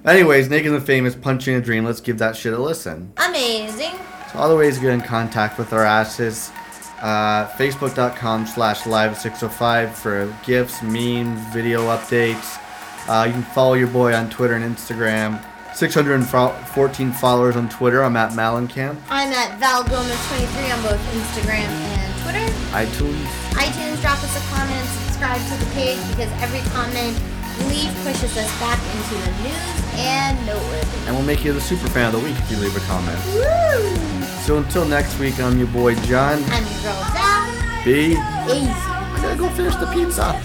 Anyways, Naked and the Famous, Punching a Dream. Let's give that shit a listen.
Amazing.
So all the ways to get in contact with our asses. Uh, Facebook.com slash live 605 for gifts, memes, video updates. Uh, you can follow your boy on Twitter and Instagram. 614 followers on Twitter. I'm at Malencamp.
I'm at Val Gomez 23 on both Instagram and Twitter.
iTunes.
iTunes, drop us a comment and subscribe to the page because every comment leave pushes us back into the news and noteworthy.
And we'll make you the super fan of the week if you leave a comment.
Woo!
So until next week, I'm your boy John.
I'm your girl Val.
Be.
Easy.
I gotta go finish the
<laughs>
pizza.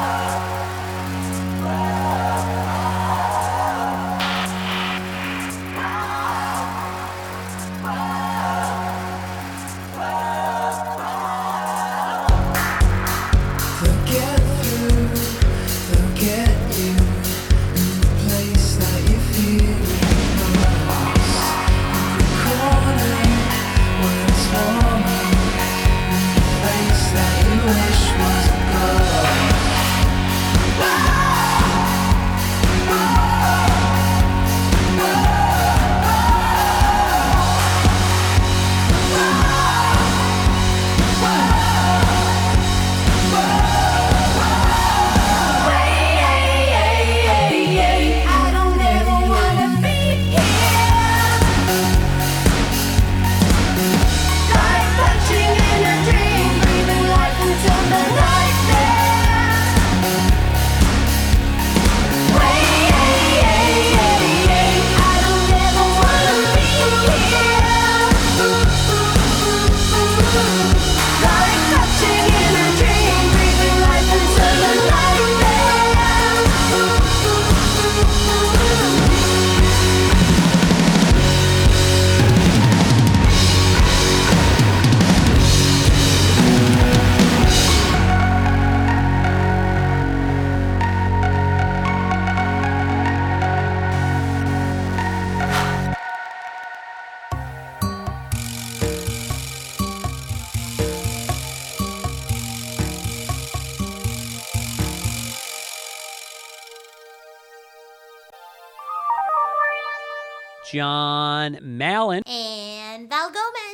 John Mallon.
And Val Gomez.